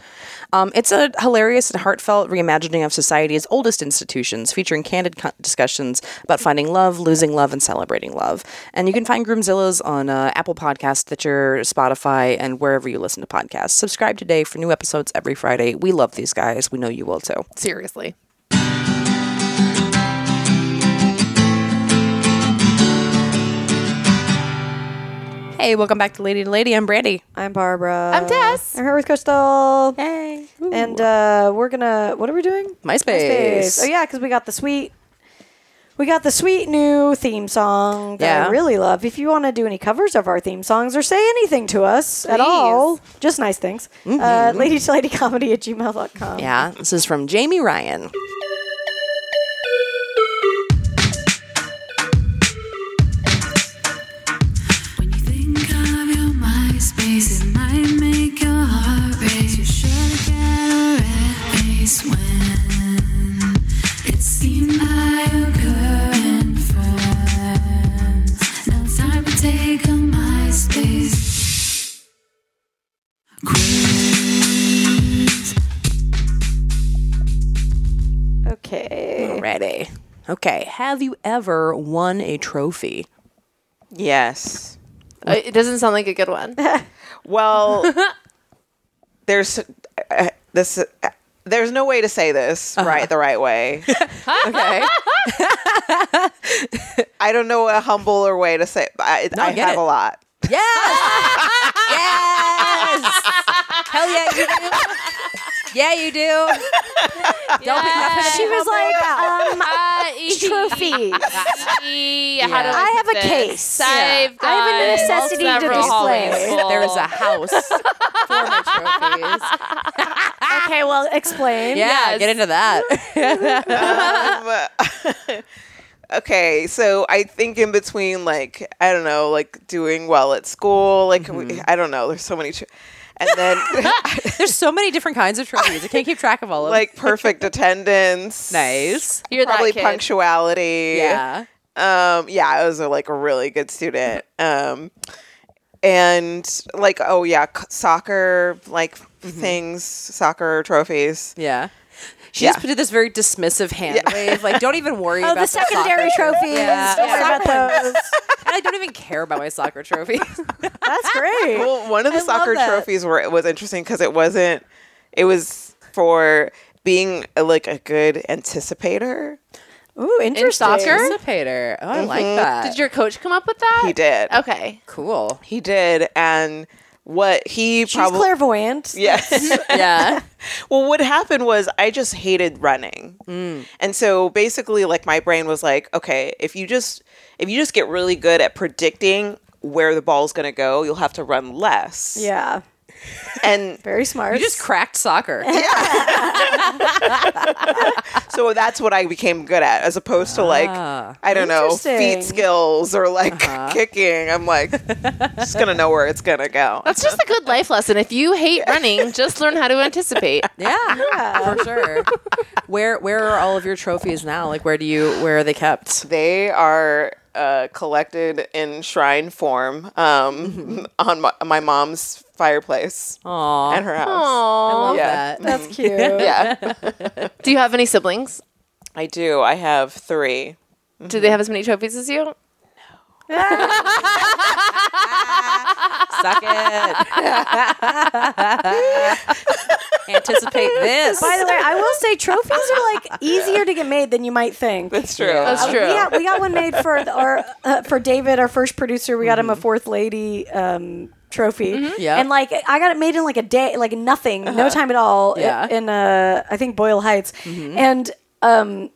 [SPEAKER 2] Um, it's a hilarious and heartfelt reimagining of society's oldest institutions, featuring candid co- discussions about finding love, losing love, and celebrating love. And you can find Groomzilla's on uh, Apple Podcasts, Stitcher, Spotify, and wherever you listen to podcasts. Subscribe today for new episodes every Friday. We love these guys. We know you will too.
[SPEAKER 3] Seriously.
[SPEAKER 2] Hey, welcome back to Lady to Lady. I'm Brandy.
[SPEAKER 1] I'm Barbara.
[SPEAKER 3] I'm Tess.
[SPEAKER 1] I'm here with Crystal.
[SPEAKER 2] Hey.
[SPEAKER 1] And uh, we're gonna. What are we doing?
[SPEAKER 2] MySpace.
[SPEAKER 1] Oh yeah, because we got the sweet. We got the sweet new theme song that I
[SPEAKER 2] Yeah.
[SPEAKER 1] really love. If you want to do any covers of our theme songs or say anything to us at all, just nice things.
[SPEAKER 3] Mm-hmm.
[SPEAKER 1] Uh, lady to lady comedy at gmail.com.
[SPEAKER 2] Yeah, this is from Jamie Ryan.
[SPEAKER 6] When you think of your MySpace, it might make your heart race. You're sure to get a red face when it's seen by your current friends. Now it's time to take a MySpace quiz.
[SPEAKER 1] Okay.
[SPEAKER 2] Ready. Okay. Have you ever won a trophy?
[SPEAKER 5] Yes.
[SPEAKER 3] Uh, it doesn't sound like a good one.
[SPEAKER 5] Well, there's uh, this. Uh, there's no way to say this
[SPEAKER 3] Uh-huh.
[SPEAKER 5] right the right way.
[SPEAKER 2] Okay.
[SPEAKER 5] I don't know a humbler way to say. I, I
[SPEAKER 2] get
[SPEAKER 5] have
[SPEAKER 2] it.
[SPEAKER 5] a lot.
[SPEAKER 2] yes. yes. Hell yeah, you do. yeah, you do. Don't be confident.
[SPEAKER 1] She was like, um,
[SPEAKER 3] I-
[SPEAKER 1] trophies.
[SPEAKER 3] I had a
[SPEAKER 1] I have a
[SPEAKER 3] list.
[SPEAKER 1] case.
[SPEAKER 3] I've
[SPEAKER 1] I have a
[SPEAKER 3] got
[SPEAKER 1] necessity to
[SPEAKER 3] several
[SPEAKER 1] display.
[SPEAKER 3] holidays full.
[SPEAKER 2] There is a house for my trophies.
[SPEAKER 1] okay, well, explain.
[SPEAKER 2] Yeah,
[SPEAKER 3] Yes.
[SPEAKER 2] get into that.
[SPEAKER 5] Um, okay, so I think in between, like I don't know, like doing well at school, like
[SPEAKER 3] Mm-hmm.
[SPEAKER 5] we, I don't know. There's so many, tr- and then
[SPEAKER 2] There's so many different kinds of trophies. I can't keep track of all of them.
[SPEAKER 5] like perfect attendance,
[SPEAKER 2] nice.
[SPEAKER 3] You're that
[SPEAKER 5] probably
[SPEAKER 3] kid.
[SPEAKER 5] punctuality.
[SPEAKER 2] Yeah.
[SPEAKER 5] Um, yeah, I was a, like a really good student. Um, and like, oh yeah, c- soccer like things, soccer trophies.
[SPEAKER 2] Yeah. She
[SPEAKER 5] Yeah.
[SPEAKER 2] just did this very dismissive hand wave. Like, don't even worry
[SPEAKER 1] Oh,
[SPEAKER 2] about
[SPEAKER 1] the secondary
[SPEAKER 2] soccer.
[SPEAKER 1] trophies.
[SPEAKER 2] Yeah.
[SPEAKER 1] Don't
[SPEAKER 2] Yeah.
[SPEAKER 1] worry about those.
[SPEAKER 2] And I don't even care about my soccer trophies.
[SPEAKER 1] That's great.
[SPEAKER 5] Well, one of the
[SPEAKER 2] I love
[SPEAKER 5] soccer
[SPEAKER 2] that.
[SPEAKER 5] trophies were was interesting because it wasn't. It was for being uh, like a good anticipator.
[SPEAKER 1] Ooh, interesting.
[SPEAKER 3] soccer?
[SPEAKER 2] Participator. Oh, I like that.
[SPEAKER 3] Did your coach come up with that?
[SPEAKER 5] He did.
[SPEAKER 3] Okay.
[SPEAKER 2] cool?
[SPEAKER 5] He did, and what he
[SPEAKER 1] She's
[SPEAKER 5] probably
[SPEAKER 1] clairvoyant.
[SPEAKER 5] yes.
[SPEAKER 2] Yeah.
[SPEAKER 5] Well, what happened was I just hated running. And so basically like my brain was like, okay, if you just if you just get really good at predicting where the ball's going to go, you'll have to run less.
[SPEAKER 1] Yeah.
[SPEAKER 5] And
[SPEAKER 1] Very smart.
[SPEAKER 2] You just cracked soccer.
[SPEAKER 5] so that's what I became good at as opposed to like I don't know,
[SPEAKER 1] Interesting.
[SPEAKER 5] feet skills or like kicking. I'm like just going to know where it's going to go.
[SPEAKER 3] That's just a good life lesson. If you hate running, just learn how to anticipate.
[SPEAKER 2] Yeah, for sure. Where where are all of your trophies now? Like where do you where are they kept?
[SPEAKER 5] They are uh, collected in shrine form um, on my, my mom's fireplace
[SPEAKER 2] Aw,
[SPEAKER 5] at her house.
[SPEAKER 2] I
[SPEAKER 3] Aww.
[SPEAKER 2] love
[SPEAKER 5] Yeah.
[SPEAKER 2] that.
[SPEAKER 1] That's cute.
[SPEAKER 5] Yeah,
[SPEAKER 3] Do you have any siblings?
[SPEAKER 5] I do. I have three.
[SPEAKER 3] Do they have as many trophies as you?
[SPEAKER 2] Suck it. Anticipate this.
[SPEAKER 1] By the way, I will say trophies are like easier to get made than you might think.
[SPEAKER 5] That's true.
[SPEAKER 3] That's
[SPEAKER 1] Uh,
[SPEAKER 3] true.
[SPEAKER 1] We got, we got one made for the, our uh, for David, our first producer. We got him a
[SPEAKER 2] Mm-hmm.
[SPEAKER 1] fourth lady um, trophy.
[SPEAKER 2] Yeah.
[SPEAKER 1] and like I got it made in like a day, like nothing, no time at all. i-
[SPEAKER 2] Uh-huh. Yeah.
[SPEAKER 1] in uh, I think Boyle Heights,
[SPEAKER 5] Mm-hmm.
[SPEAKER 1] and um,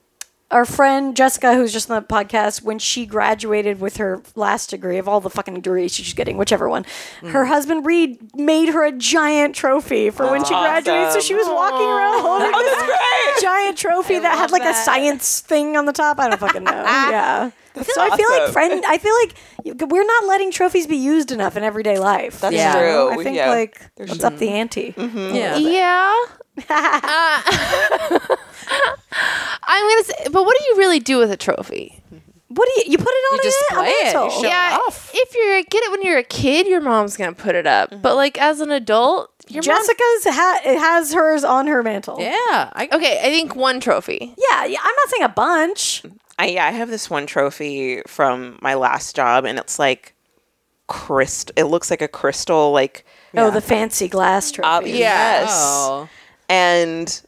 [SPEAKER 1] our friend Jessica, who's just on the podcast, when she graduated with her last degree of all the fucking degrees she's getting, whichever one,
[SPEAKER 5] Mm-hmm.
[SPEAKER 1] her husband Reed made her a giant trophy for when she graduated. So
[SPEAKER 5] awesome. Oh,
[SPEAKER 1] she was walking around holding this giant trophy that had like a science thing on the top. I don't fucking know. yeah. so I feel like
[SPEAKER 5] awesome.
[SPEAKER 1] friend. I feel like you- we're not letting trophies be used enough in everyday life.
[SPEAKER 5] That's
[SPEAKER 2] Yeah.
[SPEAKER 5] true.
[SPEAKER 1] I think
[SPEAKER 5] yeah. Mm-hmm.
[SPEAKER 1] like it's up the ante.
[SPEAKER 2] yeah.
[SPEAKER 3] Yeah. Uh, I'm gonna say, but what do you really do with a trophy?
[SPEAKER 1] What do you? You put it on
[SPEAKER 2] You
[SPEAKER 1] a-
[SPEAKER 2] display it. You
[SPEAKER 1] a mantle.
[SPEAKER 2] show it
[SPEAKER 3] yeah,
[SPEAKER 2] off.
[SPEAKER 3] if you're get it when you're a kid, your mom's gonna put it up.
[SPEAKER 1] Mm-hmm.
[SPEAKER 3] But like as an adult, your mom.
[SPEAKER 1] Jessica's ha- has hers on her mantle.
[SPEAKER 2] Yeah. I,
[SPEAKER 3] Okay, I think one trophy.
[SPEAKER 1] Yeah, yeah, I'm not saying a bunch.
[SPEAKER 5] I, yeah, I have this one trophy from my last job, and it's like crystal. It looks like a crystal, like
[SPEAKER 1] Oh, the fancy glass trophy.
[SPEAKER 5] uh, yes.
[SPEAKER 2] Oh.
[SPEAKER 5] And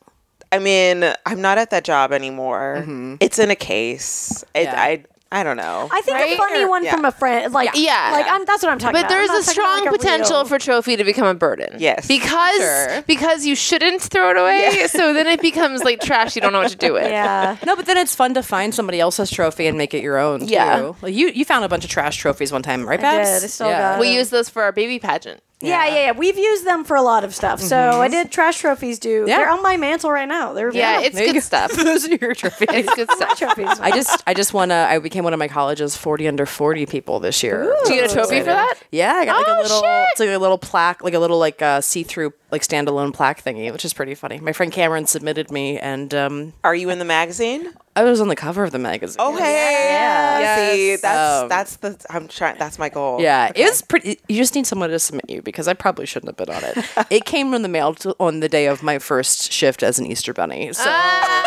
[SPEAKER 5] I mean, I'm not at that job anymore. It's in a case. It,
[SPEAKER 2] Mm-hmm. Yeah.
[SPEAKER 5] I I don't know.
[SPEAKER 1] I think a
[SPEAKER 3] Right?
[SPEAKER 1] funny
[SPEAKER 3] Or-
[SPEAKER 1] one
[SPEAKER 5] yeah.
[SPEAKER 1] from a friend, like
[SPEAKER 3] Yeah.
[SPEAKER 1] like I'm, that's what I'm talking
[SPEAKER 3] But
[SPEAKER 1] about.
[SPEAKER 3] there's
[SPEAKER 1] I'm
[SPEAKER 3] a
[SPEAKER 1] not talking about,
[SPEAKER 3] strong
[SPEAKER 1] like, a
[SPEAKER 3] potential
[SPEAKER 1] real-
[SPEAKER 3] for trophy to become a burden.
[SPEAKER 5] Yes.
[SPEAKER 3] because
[SPEAKER 2] Sure.
[SPEAKER 3] because you shouldn't throw it away. So then it becomes like trash. You don't know what to do with.
[SPEAKER 1] yeah.
[SPEAKER 2] No, but then it's fun to find somebody else's trophy and make it your own.
[SPEAKER 3] Yeah.
[SPEAKER 2] too. Like you, you found a bunch of trash trophies one time, right,
[SPEAKER 1] I
[SPEAKER 2] Babs?
[SPEAKER 1] did. I still
[SPEAKER 2] yeah.
[SPEAKER 1] got
[SPEAKER 3] We
[SPEAKER 1] it.
[SPEAKER 3] use those for our baby pageant.
[SPEAKER 1] Yeah, yeah, yeah. We've used them for a lot of stuff. So I did trash trophies. Do
[SPEAKER 2] Yeah.
[SPEAKER 1] they're on my mantle right now? They're
[SPEAKER 3] Yeah, it's
[SPEAKER 2] There you
[SPEAKER 3] good
[SPEAKER 2] go.
[SPEAKER 3] stuff.
[SPEAKER 2] Those are your trophies.
[SPEAKER 3] It's good stuff.
[SPEAKER 1] trophies.
[SPEAKER 2] I just I just want to I became one of my college's 40 under 40 people this year.
[SPEAKER 3] Do you get a trophy for that?
[SPEAKER 2] Yeah, I got like
[SPEAKER 3] Oh,
[SPEAKER 2] a little
[SPEAKER 3] shit.
[SPEAKER 2] it's like a little plaque, like a little like uh, see-through like standalone plaque thingy, which is pretty funny. My friend Cameron submitted me and um
[SPEAKER 5] Are you in the magazine?
[SPEAKER 2] I was on the cover of the magazine.
[SPEAKER 5] Oh hey, yeah. See,
[SPEAKER 2] Yes.
[SPEAKER 5] that's
[SPEAKER 2] Um,
[SPEAKER 5] that's the I'm trying. That's my goal.
[SPEAKER 2] Yeah, it was pretty. You just need someone to submit you because I probably shouldn't have been on it. it came in the mail to, on the day of my first shift as an Easter bunny, so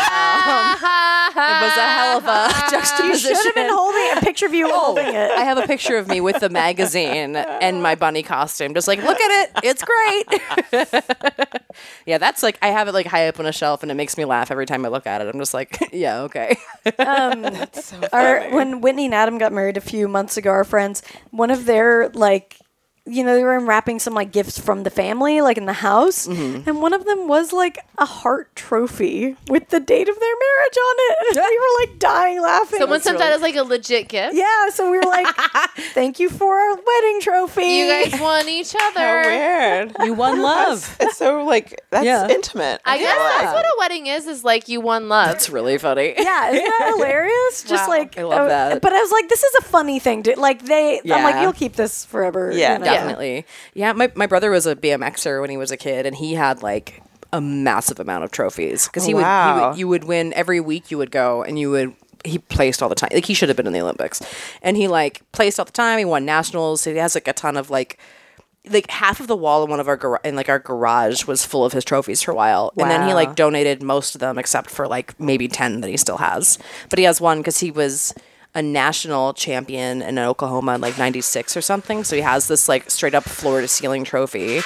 [SPEAKER 2] um, it was a hell of a juxtaposition.
[SPEAKER 1] should have been holding a picture of you holding
[SPEAKER 2] I
[SPEAKER 1] it.
[SPEAKER 2] have a picture of me with the magazine and my bunny costume. Just like, look at it. It's great. yeah, that's like, I have it like high up on a shelf and it makes me laugh every time I look at it. I'm just like, yeah, okay.
[SPEAKER 1] Our, when Whitney and Adam got married a few months ago, our friends, one of their like you know, they were unwrapping some like gifts from the family, like in the house,
[SPEAKER 3] Mm-hmm.
[SPEAKER 1] and one of them was like a heart trophy with the date of their marriage on it. And we were like dying laughing.
[SPEAKER 3] Someone sent
[SPEAKER 1] sometimes
[SPEAKER 3] that as like a legit gift.
[SPEAKER 1] yeah, so we were like, "Thank you for our wedding trophy."
[SPEAKER 3] You guys won each other.
[SPEAKER 5] weird.
[SPEAKER 2] You won love.
[SPEAKER 5] It's so like that's
[SPEAKER 2] Yeah.
[SPEAKER 5] intimate.
[SPEAKER 3] I guess that's what a wedding is, is like you won love.
[SPEAKER 2] That's really funny.
[SPEAKER 1] Yeah, isn't that hilarious? Just
[SPEAKER 3] Wow.
[SPEAKER 1] like
[SPEAKER 2] I love
[SPEAKER 1] uh,
[SPEAKER 2] that.
[SPEAKER 1] But I was like, this is a funny thing to like. They, I'm like,
[SPEAKER 2] Yeah.
[SPEAKER 1] you'll keep this forever.
[SPEAKER 5] Yeah,
[SPEAKER 1] know?
[SPEAKER 2] Definitely. Yeah, my, my brother was a BMXer when he was a kid, and he had like a massive amount of trophies because he, would- he
[SPEAKER 5] Wow.
[SPEAKER 2] would you would win every week. You would go and you would he placed all the time. Like he should have been in the Olympics, and he like placed all the time. He won nationals. He has like a ton of like like half of the wall in one of our gar- in like our garage was full of his trophies for a while, and then he like donated most of them except for like maybe ten that he still has. But he has one because he was a national champion in Oklahoma in like '96 or something. So he has this like straight up floor to ceiling trophy.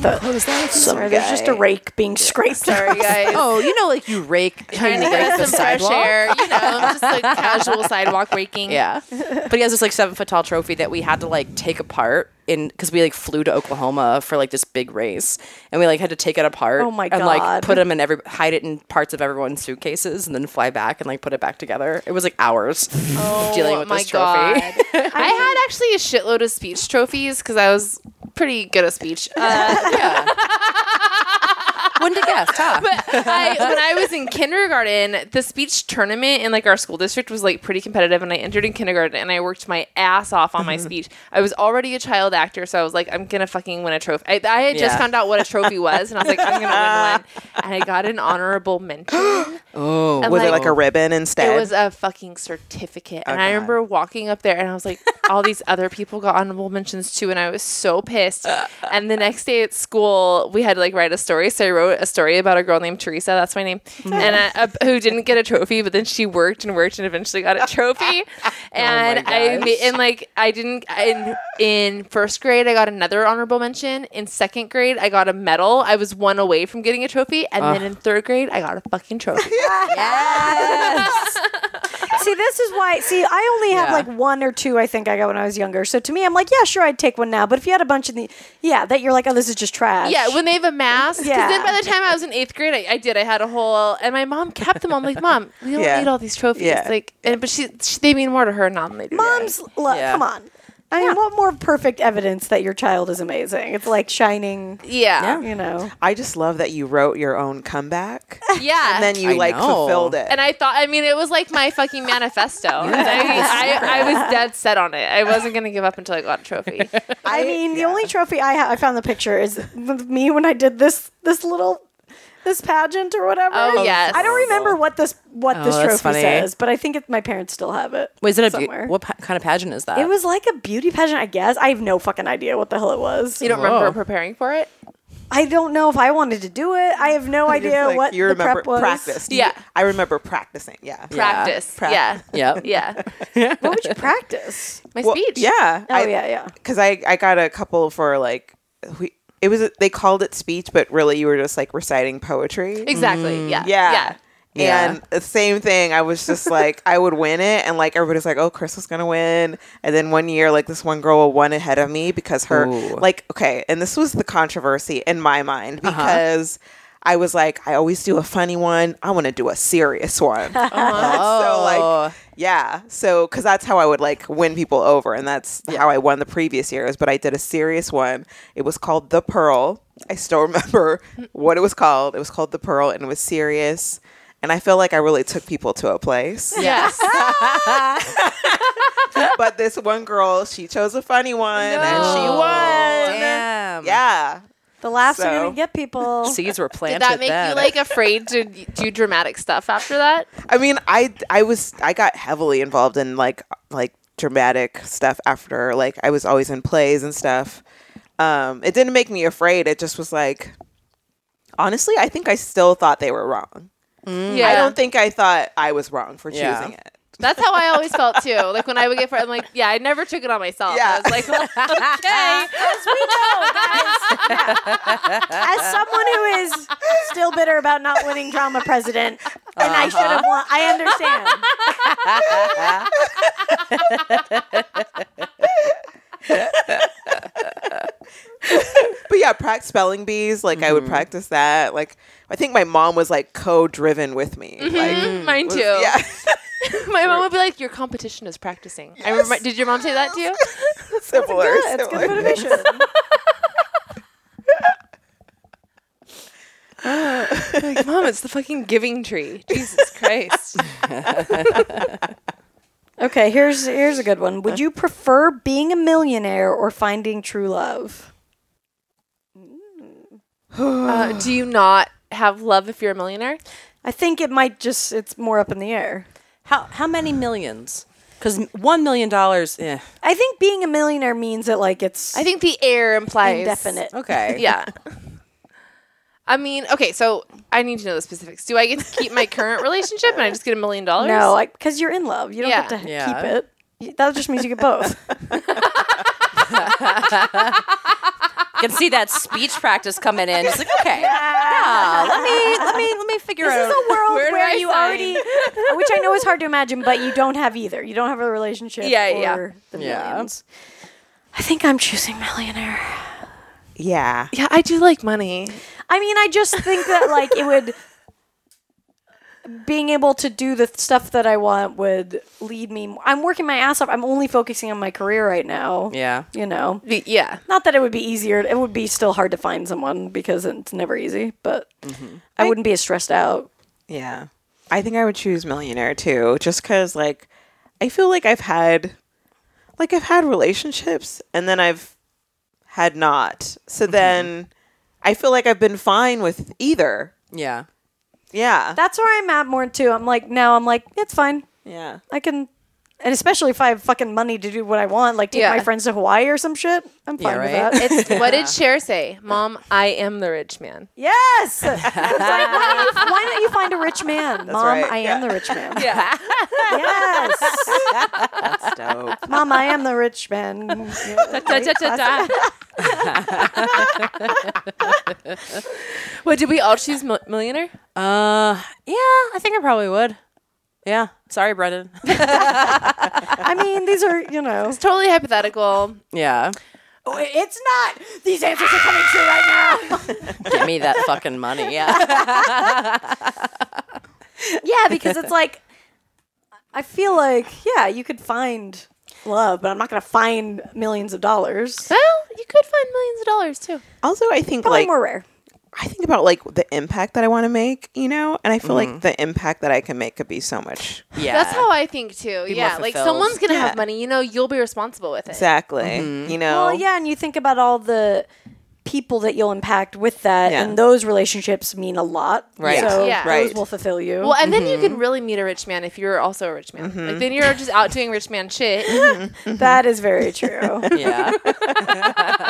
[SPEAKER 1] Sorry, there's just a rake being scraped.
[SPEAKER 3] Sorry, guys.
[SPEAKER 2] Oh, you know, like you rake,
[SPEAKER 3] Trying to get some fresh air, you know, just like casual sidewalk raking.
[SPEAKER 2] Yeah. but he has this like seven foot tall trophy that we had to like take apart in because we like flew to Oklahoma for like this big race and we like had to take it apart.
[SPEAKER 1] Oh my
[SPEAKER 2] And like
[SPEAKER 1] God.
[SPEAKER 2] put them in every hide it in parts of everyone's suitcases and then fly back and like put it back together. It was like hours of dealing with
[SPEAKER 3] my
[SPEAKER 2] this trophy.
[SPEAKER 3] God. I had actually a shitload of speech trophies because I was pretty good at speech. Uh,
[SPEAKER 2] yeah. Wouldn't have guessed, huh?
[SPEAKER 3] I, when I was in kindergarten, the speech tournament in like our school district was like pretty competitive, and I entered in kindergarten and I worked my ass off on my
[SPEAKER 2] Mm-hmm.
[SPEAKER 3] speech. I was already a child actor, so I was like, I'm gonna fucking win a trophy. I, I had just
[SPEAKER 2] Yeah.
[SPEAKER 3] found out what a trophy was, and I was like, I'm gonna win one. And I got an honorable mention. oh,
[SPEAKER 5] was it like a ribbon instead?
[SPEAKER 3] It was a fucking certificate. and I remember walking up there and I was like, all these other people got honorable mentions too. And I was so pissed. and the next day at school, we had to like write a story. So I wrote a story about a girl named Teresa. That's my name. and I, uh, who didn't get a trophy, but then she worked and worked and eventually got a trophy. and I
[SPEAKER 2] gosh.
[SPEAKER 3] made, and like, I didn't, in, in first grade, I got another honorable mention. In second grade, I got a medal. I was one away from getting a trophy. And then in third grade, I got a fucking trophy.
[SPEAKER 1] see, this is why. See, I only have
[SPEAKER 2] Yeah.
[SPEAKER 1] like one or two. I think I got when I was younger. So to me, I'm like, yeah, sure, I'd take one now. But if you had a bunch of the, yeah, that you're like, oh, this is just trash.
[SPEAKER 3] Yeah, when they have a mask. Because
[SPEAKER 1] Yeah.
[SPEAKER 3] then by the time I was in eighth grade, I, I did. I had a whole, and my mom kept them. I'm like, mom, we don't
[SPEAKER 5] Yeah.
[SPEAKER 3] need all these trophies.
[SPEAKER 5] Yeah.
[SPEAKER 3] Like, and but she, she, they mean more to her now than they do. to me.
[SPEAKER 1] moms, look,
[SPEAKER 2] Yeah.
[SPEAKER 1] come on. I mean, what more perfect evidence that your child is amazing? It's like shining.
[SPEAKER 3] Yeah.
[SPEAKER 1] You know.
[SPEAKER 5] I just love that you wrote your own comeback
[SPEAKER 3] Yeah. yeah.
[SPEAKER 5] and then you
[SPEAKER 2] I
[SPEAKER 5] like
[SPEAKER 2] know.
[SPEAKER 5] fulfilled it.
[SPEAKER 3] And I thought, I mean, it was like my fucking manifesto. I, I, I was dead set on it. I wasn't going to give up until I got a trophy.
[SPEAKER 1] I, mean, the only trophy I ha- I found the picture is with me when I did this this little this pageant or whatever.
[SPEAKER 3] Oh, yes.
[SPEAKER 1] I don't remember what this what this
[SPEAKER 2] Oh,
[SPEAKER 1] trophy
[SPEAKER 2] that's funny.
[SPEAKER 1] says, but I think it, my parents still have it.
[SPEAKER 2] Was it a be-
[SPEAKER 1] somewhere?
[SPEAKER 2] what pa- kind of pageant is that?
[SPEAKER 1] it was like a beauty pageant, I guess. I have no fucking idea what the hell it was.
[SPEAKER 3] You don't
[SPEAKER 2] Whoa.
[SPEAKER 3] remember preparing for it?
[SPEAKER 1] I don't know if I wanted to do it. I have no
[SPEAKER 5] It's
[SPEAKER 1] idea
[SPEAKER 5] like
[SPEAKER 1] what
[SPEAKER 5] you
[SPEAKER 1] the
[SPEAKER 5] remember
[SPEAKER 1] prep was.
[SPEAKER 5] practiced. You-
[SPEAKER 3] Yeah.
[SPEAKER 5] I remember practicing. Yeah.
[SPEAKER 3] Practice.
[SPEAKER 5] Pra-
[SPEAKER 3] Yeah.
[SPEAKER 2] Yep.
[SPEAKER 3] Yeah.
[SPEAKER 1] What would you practice?
[SPEAKER 3] My
[SPEAKER 5] Well,
[SPEAKER 3] speech.
[SPEAKER 5] Yeah.
[SPEAKER 1] Oh yeah, yeah.
[SPEAKER 5] Because I I got a couple for like we, it was they called it speech, but really you were just like reciting poetry.
[SPEAKER 3] Exactly. Yeah.
[SPEAKER 5] Yeah.
[SPEAKER 3] Yeah.
[SPEAKER 2] Yeah.
[SPEAKER 5] And the same thing, I was just like, I would win it, and like everybody's like, "Oh, Crystal's gonna win." And then one year, like this one girl won ahead of me because her,
[SPEAKER 2] Ooh. Uh-huh.
[SPEAKER 5] like, okay, and this was the controversy in my mind because I was like, I always do a funny one, I want to do a serious one. so like, yeah, so because that's how I would like win people over, and that's how I won the previous years. But I did a serious one. It was called The Pearl. I still remember what it was called. It was called The Pearl, and it was serious. And I feel like I really took people to a place.
[SPEAKER 3] Yes.
[SPEAKER 5] but this one girl, she chose a funny one, and she
[SPEAKER 3] No.
[SPEAKER 5] won.
[SPEAKER 2] Damn.
[SPEAKER 5] Yeah.
[SPEAKER 1] The laughs are
[SPEAKER 5] So-
[SPEAKER 1] gonna get people.
[SPEAKER 2] Seeds were planted.
[SPEAKER 3] Did that make
[SPEAKER 2] then.
[SPEAKER 3] you like afraid to do dramatic stuff after that?
[SPEAKER 5] I mean, I I was I got heavily involved in like like dramatic stuff after like I was always in plays and stuff. Um, it didn't make me afraid. It just was like, honestly, I think I still thought they were wrong.
[SPEAKER 3] Yeah.
[SPEAKER 5] I don't think I thought I was wrong for
[SPEAKER 2] Yeah.
[SPEAKER 5] choosing it.
[SPEAKER 3] That's how I always felt too. Like when I would get, fr- I'm like, yeah, I never took it on myself. I
[SPEAKER 5] Yeah.
[SPEAKER 3] was like, okay,
[SPEAKER 1] as someone who is still bitter about not winning drama president, and I should
[SPEAKER 5] Uh-huh.
[SPEAKER 1] have won. I understand.
[SPEAKER 5] cracked spelling bees. Like I
[SPEAKER 1] Mm-hmm.
[SPEAKER 5] would practice that. Like I think my mom was like co-driven with me.
[SPEAKER 1] Mm-hmm.
[SPEAKER 5] Like,
[SPEAKER 3] Mine
[SPEAKER 5] was-
[SPEAKER 3] too.
[SPEAKER 5] Yeah.
[SPEAKER 3] My mom would be like, "Your competition is practicing." I remember, did your mom say that to you?
[SPEAKER 5] similar.
[SPEAKER 1] Good. It's
[SPEAKER 5] similar.
[SPEAKER 1] good motivation.
[SPEAKER 3] Like, mom, it's the fucking giving tree. Jesus Christ.
[SPEAKER 1] okay, here's here's a good one. Would you prefer being a millionaire or finding true love?
[SPEAKER 3] Uh, do you not have love if you're a millionaire?
[SPEAKER 1] I think it might just it's more up in the air.
[SPEAKER 2] How how many millions? Because one million dollars. eh, Yeah.
[SPEAKER 1] I think being a millionaire means that like it's
[SPEAKER 3] I think the air implies
[SPEAKER 1] indefinite.
[SPEAKER 2] Okay.
[SPEAKER 3] Yeah. I mean, okay, so I need to know the specifics. Do I get to keep my current relationship and I just get a million dollars?
[SPEAKER 1] No, because you're in love. You don't
[SPEAKER 3] Yeah.
[SPEAKER 1] get to
[SPEAKER 2] Yeah.
[SPEAKER 1] keep it. Y- That just means you get both.
[SPEAKER 2] I can see that speech practice coming in. It's like, okay, yeah, let me let me let me figure out.
[SPEAKER 1] a world
[SPEAKER 3] Where
[SPEAKER 1] where,
[SPEAKER 3] do I
[SPEAKER 1] you
[SPEAKER 3] sign?
[SPEAKER 1] already, which I know is hard to imagine, but you don't have either. You don't have a relationship.
[SPEAKER 3] Yeah,
[SPEAKER 1] or
[SPEAKER 3] yeah.
[SPEAKER 1] The
[SPEAKER 2] Yeah.
[SPEAKER 1] millions. I think I'm choosing millionaire.
[SPEAKER 5] Yeah.
[SPEAKER 3] Yeah, I do like money.
[SPEAKER 1] I mean, I just think that like it would. Being able to do the stuff that I want would lead me. m- I'm working my ass off. I'm only focusing on my career right now.
[SPEAKER 2] yeah.
[SPEAKER 1] You know,
[SPEAKER 3] The- Yeah.
[SPEAKER 1] not that it would be easier. It would be still hard to find someone because it's never easy. But I wouldn't be as stressed out.
[SPEAKER 5] Yeah. I think I would choose millionaire too, just because like I feel like I've had like I've had relationships and then I've had not.
[SPEAKER 1] Mm-hmm.
[SPEAKER 5] So then I feel like I've been fine with either.
[SPEAKER 2] Yeah.
[SPEAKER 5] Yeah.
[SPEAKER 1] That's where I'm at more too. I'm like now. I'm like it's fine.
[SPEAKER 5] yeah.
[SPEAKER 1] I can, and especially if I have fucking money to do what I want, like take
[SPEAKER 3] Yeah.
[SPEAKER 1] my friends to Hawaii or some shit. I'm fine
[SPEAKER 2] right?
[SPEAKER 1] with that.
[SPEAKER 3] It's what did Cher say? Mom, I am the rich man.
[SPEAKER 1] yes. I was like, why, don't you- why don't you find a rich man, Mom?
[SPEAKER 5] right.
[SPEAKER 1] I am the rich man.
[SPEAKER 3] Yeah.
[SPEAKER 1] Yes,
[SPEAKER 5] That's dope.
[SPEAKER 1] Mom, I am the rich man.
[SPEAKER 3] Da, da, da, da. what did we all choose mil- millionaire?
[SPEAKER 2] Uh, yeah. I think I probably would. Yeah. Sorry, Brendan.
[SPEAKER 1] I mean, these are you know.
[SPEAKER 3] It's totally hypothetical.
[SPEAKER 2] yeah.
[SPEAKER 1] It's not. These answers are coming true right now.
[SPEAKER 2] Give me that fucking money. Yeah.
[SPEAKER 1] Yeah, because it's like I feel like yeah, you could find love, but I'm not gonna find millions of dollars.
[SPEAKER 3] Well, you could find millions of dollars too.
[SPEAKER 5] Also, I think
[SPEAKER 1] Probably
[SPEAKER 5] like
[SPEAKER 1] more rare.
[SPEAKER 5] I think about like the impact that I want to make, you know, and I feel
[SPEAKER 1] Mm-hmm.
[SPEAKER 5] like the impact that I can make could be so much.
[SPEAKER 2] Yeah.
[SPEAKER 3] That's how I think too.
[SPEAKER 2] more
[SPEAKER 3] yeah, like
[SPEAKER 2] fulfilled.
[SPEAKER 3] someone's gonna
[SPEAKER 5] Yeah.
[SPEAKER 3] have money. You know, you'll be responsible with it.
[SPEAKER 5] Exactly. You know.
[SPEAKER 1] Mm-hmm. Well, yeah, and you think about all the people that you'll impact with that,
[SPEAKER 5] Yeah.
[SPEAKER 1] and those relationships mean a lot.
[SPEAKER 2] Right.
[SPEAKER 1] So
[SPEAKER 3] Yeah.
[SPEAKER 1] those
[SPEAKER 5] Right.
[SPEAKER 1] will fulfill you.
[SPEAKER 3] Well, and then you can really meet a rich man if you're also a rich man. Like then you're just out doing rich man shit.
[SPEAKER 1] that is very true.
[SPEAKER 2] Yeah.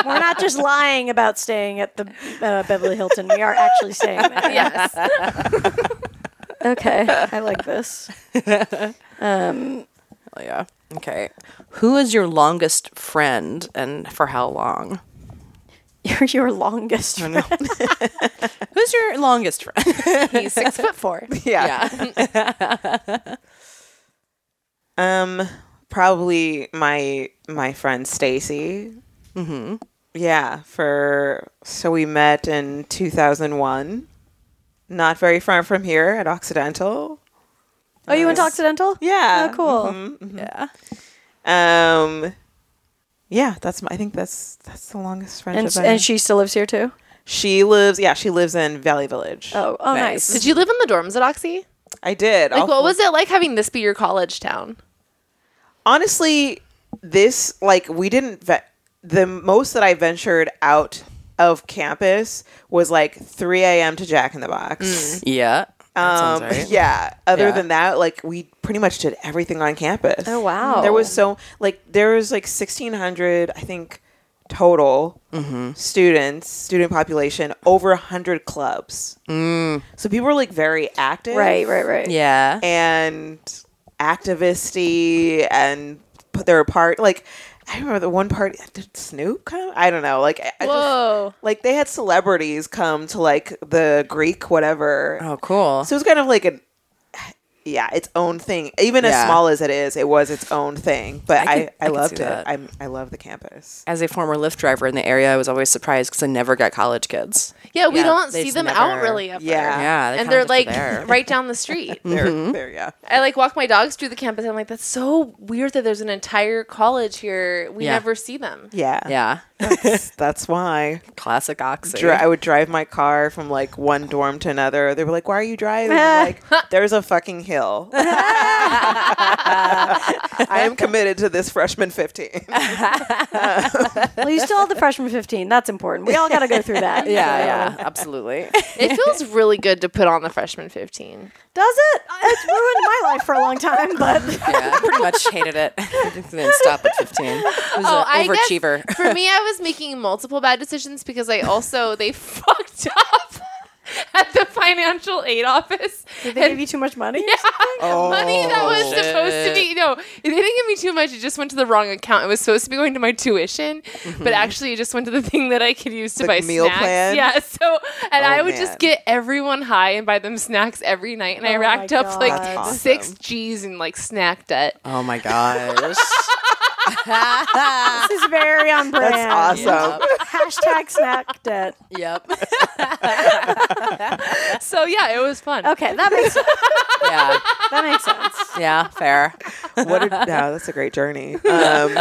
[SPEAKER 1] We're not just lying about staying at the uh, Beverly Hilton. We are actually staying there.
[SPEAKER 3] yes.
[SPEAKER 1] Okay, I like this. Um,
[SPEAKER 2] Oh, yeah. Okay. Who is your longest friend and for how long?
[SPEAKER 1] you're your longest.
[SPEAKER 2] know. Who's your longest friend?
[SPEAKER 3] He's six foot four.
[SPEAKER 5] yeah.
[SPEAKER 2] Yeah.
[SPEAKER 5] Um, probably my my friend Stacy. Mm-hmm. Yeah, for so we met in two thousand one. Not very far from here at Occidental.
[SPEAKER 1] Oh, you went to Occidental?
[SPEAKER 5] Yeah. Mm-hmm.
[SPEAKER 1] Oh, cool.
[SPEAKER 2] Yeah.
[SPEAKER 5] Um, yeah, that's my. I think that's that's the longest friendship.
[SPEAKER 1] And s-
[SPEAKER 5] I
[SPEAKER 1] and
[SPEAKER 5] have.
[SPEAKER 1] she still lives here too.
[SPEAKER 5] she lives. Yeah, she lives in Valley Village.
[SPEAKER 1] Oh, oh,
[SPEAKER 2] Nice.
[SPEAKER 1] nice.
[SPEAKER 3] Did you live in the dorms at Oxy?
[SPEAKER 5] I did.
[SPEAKER 3] Like,
[SPEAKER 5] I'll-
[SPEAKER 3] what was it like having this be your college town?
[SPEAKER 5] honestly, this like we didn't ve- the most that I ventured out of campus was like 3 a.m. to Jack in the
[SPEAKER 1] Mm.
[SPEAKER 5] Box.
[SPEAKER 2] Yeah. That sounds
[SPEAKER 5] Um,
[SPEAKER 2] right.
[SPEAKER 5] Yeah. Other
[SPEAKER 2] Yeah.
[SPEAKER 5] than that, like we pretty much did everything on campus. Mm.
[SPEAKER 1] Oh, wow.
[SPEAKER 5] There was so like there was like 1,600 I think total students, student population, over 100 clubs. So people were like very active
[SPEAKER 1] Right, right, right.
[SPEAKER 2] Yeah.
[SPEAKER 5] and activisty and put their part like I remember the one party did Snoop come? I don't know. Like I- I just,
[SPEAKER 3] Whoa.
[SPEAKER 5] like they had celebrities come to like the Greek whatever.
[SPEAKER 2] Oh, cool.
[SPEAKER 5] So it was kind of like an yeah, its own thing. Even as
[SPEAKER 2] Yeah.
[SPEAKER 5] small as it is, it was its own thing. But
[SPEAKER 2] I
[SPEAKER 5] I,
[SPEAKER 2] could-
[SPEAKER 5] I,
[SPEAKER 2] I could
[SPEAKER 5] loved
[SPEAKER 2] see
[SPEAKER 5] it.
[SPEAKER 2] that.
[SPEAKER 5] I'm, I love the campus.
[SPEAKER 2] As a former Lyft driver in the area, I was always surprised because I never got college kids.
[SPEAKER 3] Yeah, we
[SPEAKER 2] Yeah,
[SPEAKER 3] don't
[SPEAKER 2] they
[SPEAKER 3] see
[SPEAKER 2] just
[SPEAKER 3] them
[SPEAKER 2] never-
[SPEAKER 3] out really ever.
[SPEAKER 5] Yeah.
[SPEAKER 2] Yeah, they
[SPEAKER 3] and
[SPEAKER 2] kinda
[SPEAKER 3] they're
[SPEAKER 2] just are
[SPEAKER 3] like
[SPEAKER 2] there.
[SPEAKER 3] right down the street.
[SPEAKER 5] There,
[SPEAKER 2] Mm-hmm.
[SPEAKER 5] there, yeah.
[SPEAKER 3] I like walk my dogs through the campus. I'm like, that's so weird that there's an entire college here. We
[SPEAKER 2] Yeah.
[SPEAKER 3] never see them.
[SPEAKER 5] Yeah.
[SPEAKER 2] Yeah,
[SPEAKER 5] That's why.
[SPEAKER 2] classic Oxy.
[SPEAKER 5] Dri- I would drive my car from like one dorm to another. They were like, "Why are you driving?" I'm like, there's a fucking hill. I am committed to this freshman 15.
[SPEAKER 1] Well, you still have the freshman 15. That's important. We all got to go through that.
[SPEAKER 2] yeah, yeah, absolutely.
[SPEAKER 3] It feels really good to put on the freshman 15.
[SPEAKER 1] Does it? It's ruined my life for a long time, but
[SPEAKER 2] yeah, I pretty much hated it. and then stop at 15. It was
[SPEAKER 3] Oh, I
[SPEAKER 2] an
[SPEAKER 3] guess
[SPEAKER 2] overachiever.
[SPEAKER 3] for me, I was making multiple bad decisions because I also they fucked up at the financial aid office.
[SPEAKER 1] did they give you too much money?
[SPEAKER 3] money that was
[SPEAKER 5] Oh,
[SPEAKER 2] shit.
[SPEAKER 3] supposed to be no they didn't give me too much it just went to the wrong account it was supposed to be going to my tuition but actually it just went to the thing that i could use to
[SPEAKER 5] Mm-hmm. The
[SPEAKER 3] buy
[SPEAKER 5] meal
[SPEAKER 3] snacks
[SPEAKER 5] plan?
[SPEAKER 3] yeah so and
[SPEAKER 5] Oh,
[SPEAKER 3] i would
[SPEAKER 5] man.
[SPEAKER 3] just get everyone high and buy them snacks every night and i
[SPEAKER 1] Oh my
[SPEAKER 3] racked up
[SPEAKER 1] God.
[SPEAKER 3] like
[SPEAKER 5] That's awesome. Uh,
[SPEAKER 3] six g's in like snack debt
[SPEAKER 2] Oh my gosh.
[SPEAKER 1] This is very on brand.
[SPEAKER 5] That's awesome.
[SPEAKER 1] Hashtag snack debt.
[SPEAKER 2] yep.
[SPEAKER 3] so yeah it was fun
[SPEAKER 1] Okay, that makes sense.
[SPEAKER 2] Yeah.
[SPEAKER 1] that makes sense.
[SPEAKER 2] Yeah, fair.
[SPEAKER 5] What? A, no, that's a great journey. Um,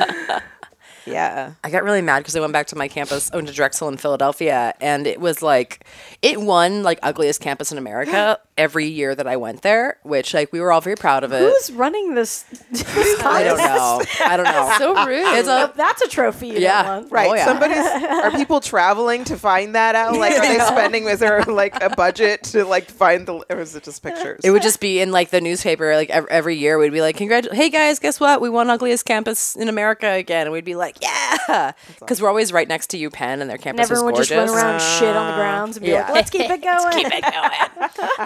[SPEAKER 5] yeah.
[SPEAKER 2] I got really mad because I went back to my campus, owned to Drexel in Philadelphia, and it was like, it won like ugliest campus in America every year that I went there, which like we were all very proud of it.
[SPEAKER 1] Who's running this? this
[SPEAKER 2] I don't know. I don't know.
[SPEAKER 5] Uh,
[SPEAKER 3] so rude
[SPEAKER 2] it's a
[SPEAKER 1] That's a trophy. You
[SPEAKER 2] Yeah.
[SPEAKER 1] yeah. Don't want.
[SPEAKER 5] Right.
[SPEAKER 2] Oh, yeah.
[SPEAKER 5] Somebody's are people traveling to find that out? Like, are they spending? Is there like a budget to like find the? Or is it just pictures?
[SPEAKER 2] It would just be in like the newspaper, like ev- every year we'd be like, "Congrat, hey guys, guess what? We won ugliest campus in America again." And we'd be like, "Yeah," because we're always right next to UPenn, and their
[SPEAKER 1] And
[SPEAKER 2] campus was
[SPEAKER 1] everyone would
[SPEAKER 2] gorgeous.
[SPEAKER 1] just run around shit on the grounds and be
[SPEAKER 2] Yeah.
[SPEAKER 1] like, let's keep it going.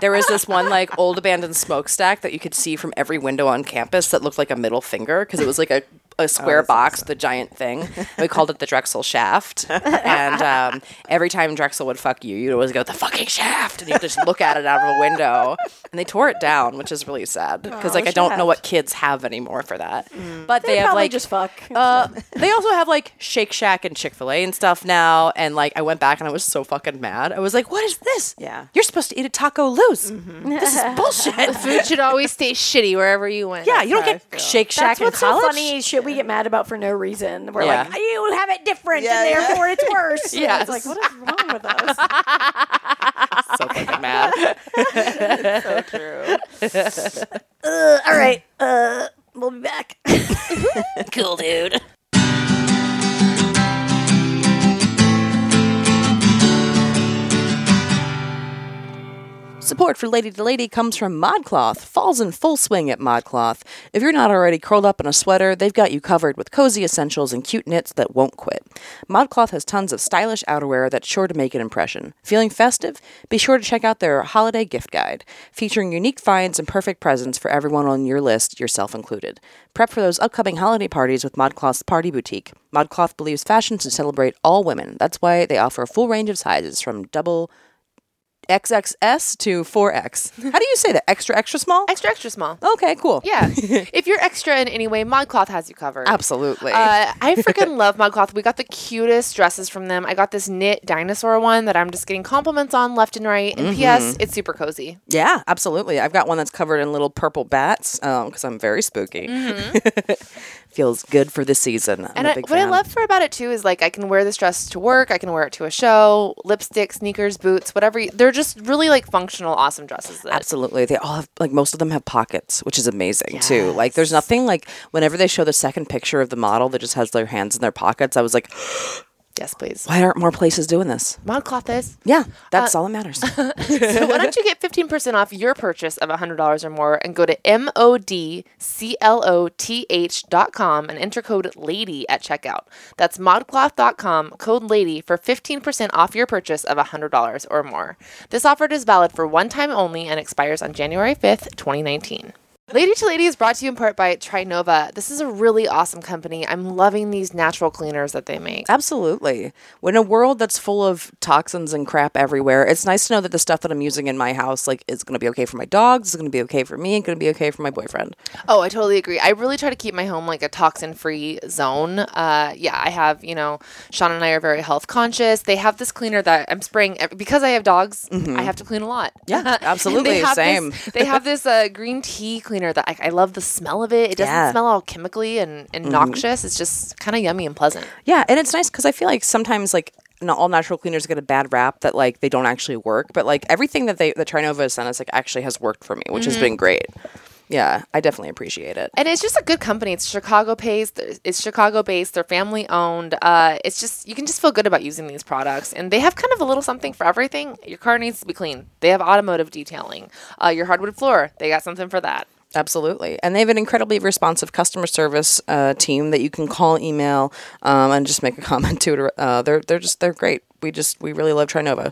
[SPEAKER 2] there was this one like old abandoned smokestack that you could see from every window on campus that looked like a middle finger because it was like a, a square box, the giant thing. And we called it the Drexel Shaft. and um, every time Drexel would fuck you, you'd always go, the fucking shaft. And you'd just look at it out of a window. And they tore it down, which is really sad because like Oh, I don't know
[SPEAKER 1] shaft.
[SPEAKER 2] what kids have anymore for that. But they,
[SPEAKER 1] They
[SPEAKER 2] have
[SPEAKER 1] probably
[SPEAKER 2] like
[SPEAKER 1] just fuck.
[SPEAKER 2] uh, they also have like Shake Shack and Chick Fil A and stuff now. And like, I went back and I was so fucking mad. I was like, "What is this?
[SPEAKER 5] Yeah.
[SPEAKER 2] you're supposed to eat a taco loose.
[SPEAKER 1] Mm-hmm.
[SPEAKER 2] This is bullshit."
[SPEAKER 3] food should always stay shitty wherever you went
[SPEAKER 2] yeah, you don't get Shake Shack
[SPEAKER 1] That's
[SPEAKER 2] in
[SPEAKER 1] what's so
[SPEAKER 2] college.
[SPEAKER 1] funny. is Shit, we get mad about for no reason. We're
[SPEAKER 2] Yeah.
[SPEAKER 1] like, you have it different,
[SPEAKER 5] Yeah,
[SPEAKER 1] and
[SPEAKER 5] yeah.
[SPEAKER 1] therefore it's worse. Yeah,
[SPEAKER 3] Yes.
[SPEAKER 1] it's like, what is wrong with us?
[SPEAKER 2] so fucking mad.
[SPEAKER 5] so true.
[SPEAKER 1] Uh, all right, uh, we'll be back.
[SPEAKER 2] cool, dude. Support for Lady to Lady comes from ModCloth. Fall's in full swing at ModCloth. If you're not already curled up in a sweater, they've got you covered with cozy essentials and cute knits that won't quit. ModCloth has tons of stylish outerwear that's sure to make an impression. Feeling festive? Be sure to check out their holiday gift guide, featuring unique finds and perfect presents for everyone on your list, yourself included. Prep for those upcoming holiday parties with ModCloth's Party Boutique. ModCloth believes fashion should celebrate all women. That's why they offer a full range of sizes from double XXS to 4X. How do you say that? Extra, extra small?
[SPEAKER 3] extra extra small
[SPEAKER 2] Okay, cool.
[SPEAKER 3] Mm-hmm. yeah if you're extra in any way modcloth has you covered
[SPEAKER 2] Absolutely.
[SPEAKER 3] Uh, I freaking love ModCloth. We got the cutest dresses from them. I got this knit dinosaur one that I'm just getting compliments on left and right.
[SPEAKER 2] Mm-hmm.
[SPEAKER 3] And P.S. It's super cozy.
[SPEAKER 2] yeah, absolutely. I've got one that's covered in little purple bats because I'm very spooky. Feels good for the season. I'm
[SPEAKER 3] Mm-hmm. And
[SPEAKER 2] a
[SPEAKER 3] I,
[SPEAKER 2] big
[SPEAKER 3] what I
[SPEAKER 2] fan.
[SPEAKER 3] love for about it too is like I can wear this dress to work. I can wear it to a show. Lipstick, sneakers, boots, whatever. you- They're just really like functional, awesome dresses. That
[SPEAKER 2] Absolutely. They all have, like, most of them have pockets, which is amazing, too. Like, there's nothing, like, whenever they show the second picture of the model that just has their hands in their pockets, I was like,
[SPEAKER 3] yes, please.
[SPEAKER 2] why aren't more places doing this?
[SPEAKER 3] ModCloth is.
[SPEAKER 2] Yeah, that's all that matters.
[SPEAKER 3] So why don't you get 15% off your purchase of $100 or more and go to modcloth.com and enter code LADY at checkout. That's modcloth.com, code LADY for 15% off your purchase of $100 or more. This offer is valid for one time only and expires on January 5th, 2019. Lady to Lady is brought to you in part by Trinova. This is a really awesome company. I'm loving these natural cleaners that they make.
[SPEAKER 2] Absolutely. In a world that's full of toxins and crap everywhere, it's nice to know that the stuff that I'm using in my house, like, is going to be okay for my dogs, it's going to be okay for me, and going to be okay for my boyfriend.
[SPEAKER 3] Oh, I totally agree. I really try to keep my home like a toxin free zone. Uh, yeah, I have, you know, Sean and I are very health conscious. They have this cleaner that I'm spraying ev- because I have dogs, I have to clean a lot.
[SPEAKER 2] Mm-hmm. Yeah,
[SPEAKER 3] And
[SPEAKER 2] absolutely,
[SPEAKER 3] they have this-
[SPEAKER 2] same.
[SPEAKER 3] they have this uh, green tea cleaner that I, I love the smell of it. It doesn't
[SPEAKER 2] Yeah. Mm-hmm.
[SPEAKER 3] smell all chemically and, and noxious. It's just kind of yummy and pleasant.
[SPEAKER 2] Yeah, and it's nice because I feel like sometimes like not all natural cleaners get a bad rap that like they don't actually work, but like everything that they that Trinova has sent us like actually has worked for me, which has been great. Yeah, I definitely appreciate it.
[SPEAKER 3] And it's just a good company. It's Chicago based. It's Chicago based. They're family owned. Uh, it's just you can just feel good about using these products, and they have kind of a little something for everything. Your car needs to be clean. They have automotive detailing. Uh, your hardwood floor. They got something for that.
[SPEAKER 2] Absolutely, and they have an incredibly responsive customer service uh, team that you can call, email, um, and just make a comment to. Uh, they're they're just they're great. We just we really love Trinova.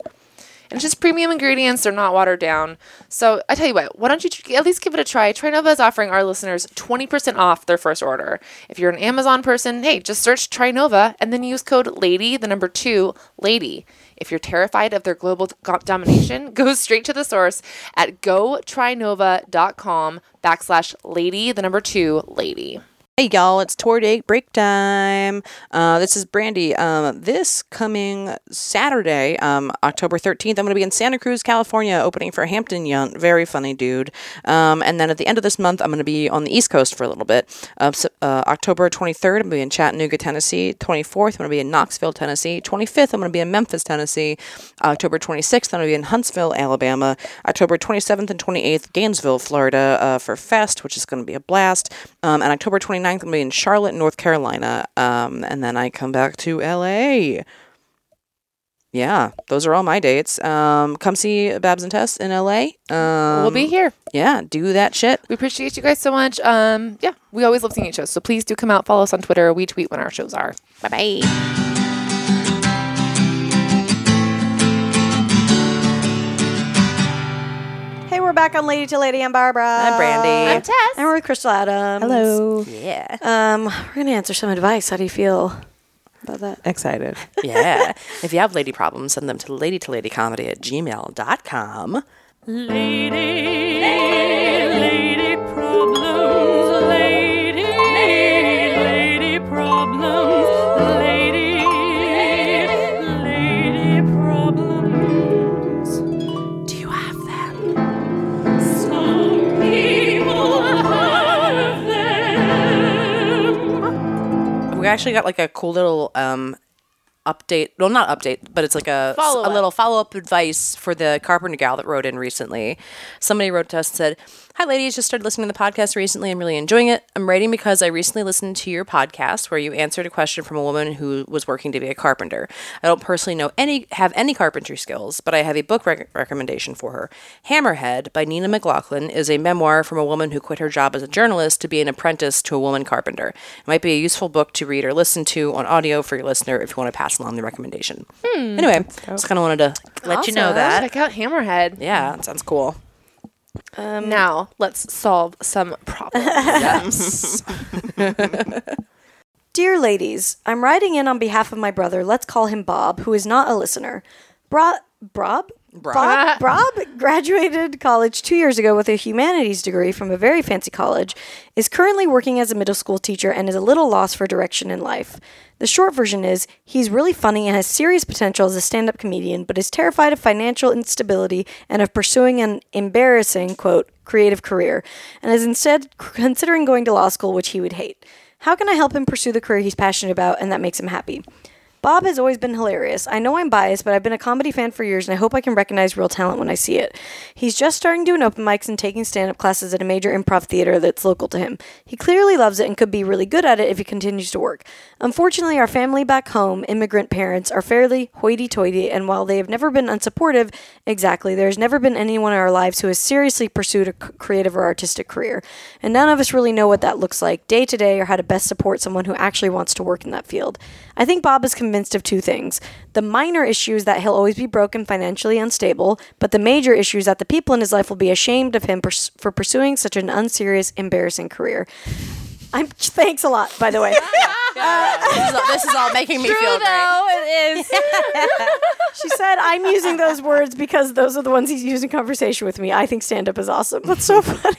[SPEAKER 3] And it's just premium ingredients. They're not watered down. So I tell you what, why don't you tr- at least give it a try? Trinova is offering our listeners 20% off their first order. If you're an Amazon person, hey, just search Trinova and then use code LADY, the number two, LADY. If you're terrified of their global go- domination, go straight to the source at gotrinova.com backslash lady, the number two, lady.
[SPEAKER 2] Hey y'all, it's tour date break time. Uh, this is Brandy. Um, this coming Saturday, um, October 13th, I'm going to be in Santa Cruz, California, opening for Hampton Yunt. Very funny dude. Um, and then at the end of this month, I'm going to be on the East Coast for a little bit. Uh, Sep- uh, October 23rd, I'm going to be in Chattanooga, Tennessee. 24th, I'm going to be in Knoxville, Tennessee. 25th, I'm going to be in Memphis, Tennessee. October 26th, I'm going to be in Huntsville, Alabama. October 27th and 28th, Gainesville, Florida, uh, for Fest, which is going to be a blast. Um, and October 29th, I'm going to be in Charlotte, North Carolina. Um, and then I come back to LA. Yeah, those are all my dates. Um, come see Babs and Tess in LA. Um,
[SPEAKER 3] we'll be here.
[SPEAKER 2] Yeah, do that shit.
[SPEAKER 3] We appreciate you guys so much. Um, yeah, we always love seeing each other. So please do come out, follow us on Twitter. We tweet when our shows are. Bye bye.
[SPEAKER 1] Hey, we're back on Lady to Lady. I'm Barbara.
[SPEAKER 2] I'm Brandy.
[SPEAKER 3] I'm Tess.
[SPEAKER 1] And we're with Crystal Adams.
[SPEAKER 2] Yeah.
[SPEAKER 1] Um, we're gonna answer some advice. How do you feel about that?
[SPEAKER 5] Excited.
[SPEAKER 2] yeah. If you have lady problems, send them to ladytoladycomedy at gmail.com. We actually got like a cool little um, update. Well, not update, but it's like a,
[SPEAKER 3] Follow-up.
[SPEAKER 2] a little follow up advice for the Carpenter gal that wrote in recently. Somebody wrote to us and said, Hi, ladies. Just started listening to the podcast recently. I'm really enjoying it. I'm writing because I recently listened to your podcast where you answered a question from a woman who was working to be a carpenter. I don't personally know any have any carpentry skills, but I have a book rec- recommendation for her. Hammerhead by Nina McLaughlin is a memoir from a woman who quit her job as a journalist to be an apprentice to a woman carpenter. It might be a useful book to read or listen to on audio for your listener if you want to pass along the recommendation.
[SPEAKER 1] Hmm.
[SPEAKER 2] Anyway,
[SPEAKER 1] Oh.
[SPEAKER 2] just kind of wanted to let you know that.
[SPEAKER 3] Check out Hammerhead.
[SPEAKER 2] Yeah, that sounds cool. Um,
[SPEAKER 3] Now let's solve some problems.
[SPEAKER 2] Yes.
[SPEAKER 1] Dear ladies, I'm writing in on behalf of my brother, let's call him Bob, who is not a listener. Bro- Brob? Bob, Brob graduated college two years ago with a humanities degree from a very fancy college, is currently working as a middle school teacher, and is a little lost for direction in life. The short version is he's really funny and has serious potential as a stand up comedian, but is terrified of financial instability and of pursuing an embarrassing, quote, creative career, and is instead c- considering going to law school, which he would hate. How can I help him pursue the career he's passionate about and that makes him happy? Bob has always been hilarious. I know I'm biased, but I've been a comedy fan for years and I hope I can recognize real talent when I see it. He's just starting doing open mics and taking stand up classes at a major improv theater that's local to him. He clearly loves it and could be really good at it if he continues to work. Unfortunately, our family back home, immigrant parents, are fairly hoity toity, and while they have never been unsupportive, exactly, there's never been anyone in our lives who has seriously pursued a c- creative or artistic career. And none of us really know what that looks like day to day or how to best support someone who actually wants to work in that field. I think Bob is convinced convinced of two things. The minor issue is that he'll always be broke and financially unstable, but the major issue is that the people in his life will be ashamed of him pers- for pursuing such an unserious, embarrassing career. I'm thanks a lot, by the way.
[SPEAKER 2] this, is all, this is all making me feel great.
[SPEAKER 1] though it is. she said, "I'm using those words because those are the ones he's using conversation with me. I think stand up is awesome. That's so funny."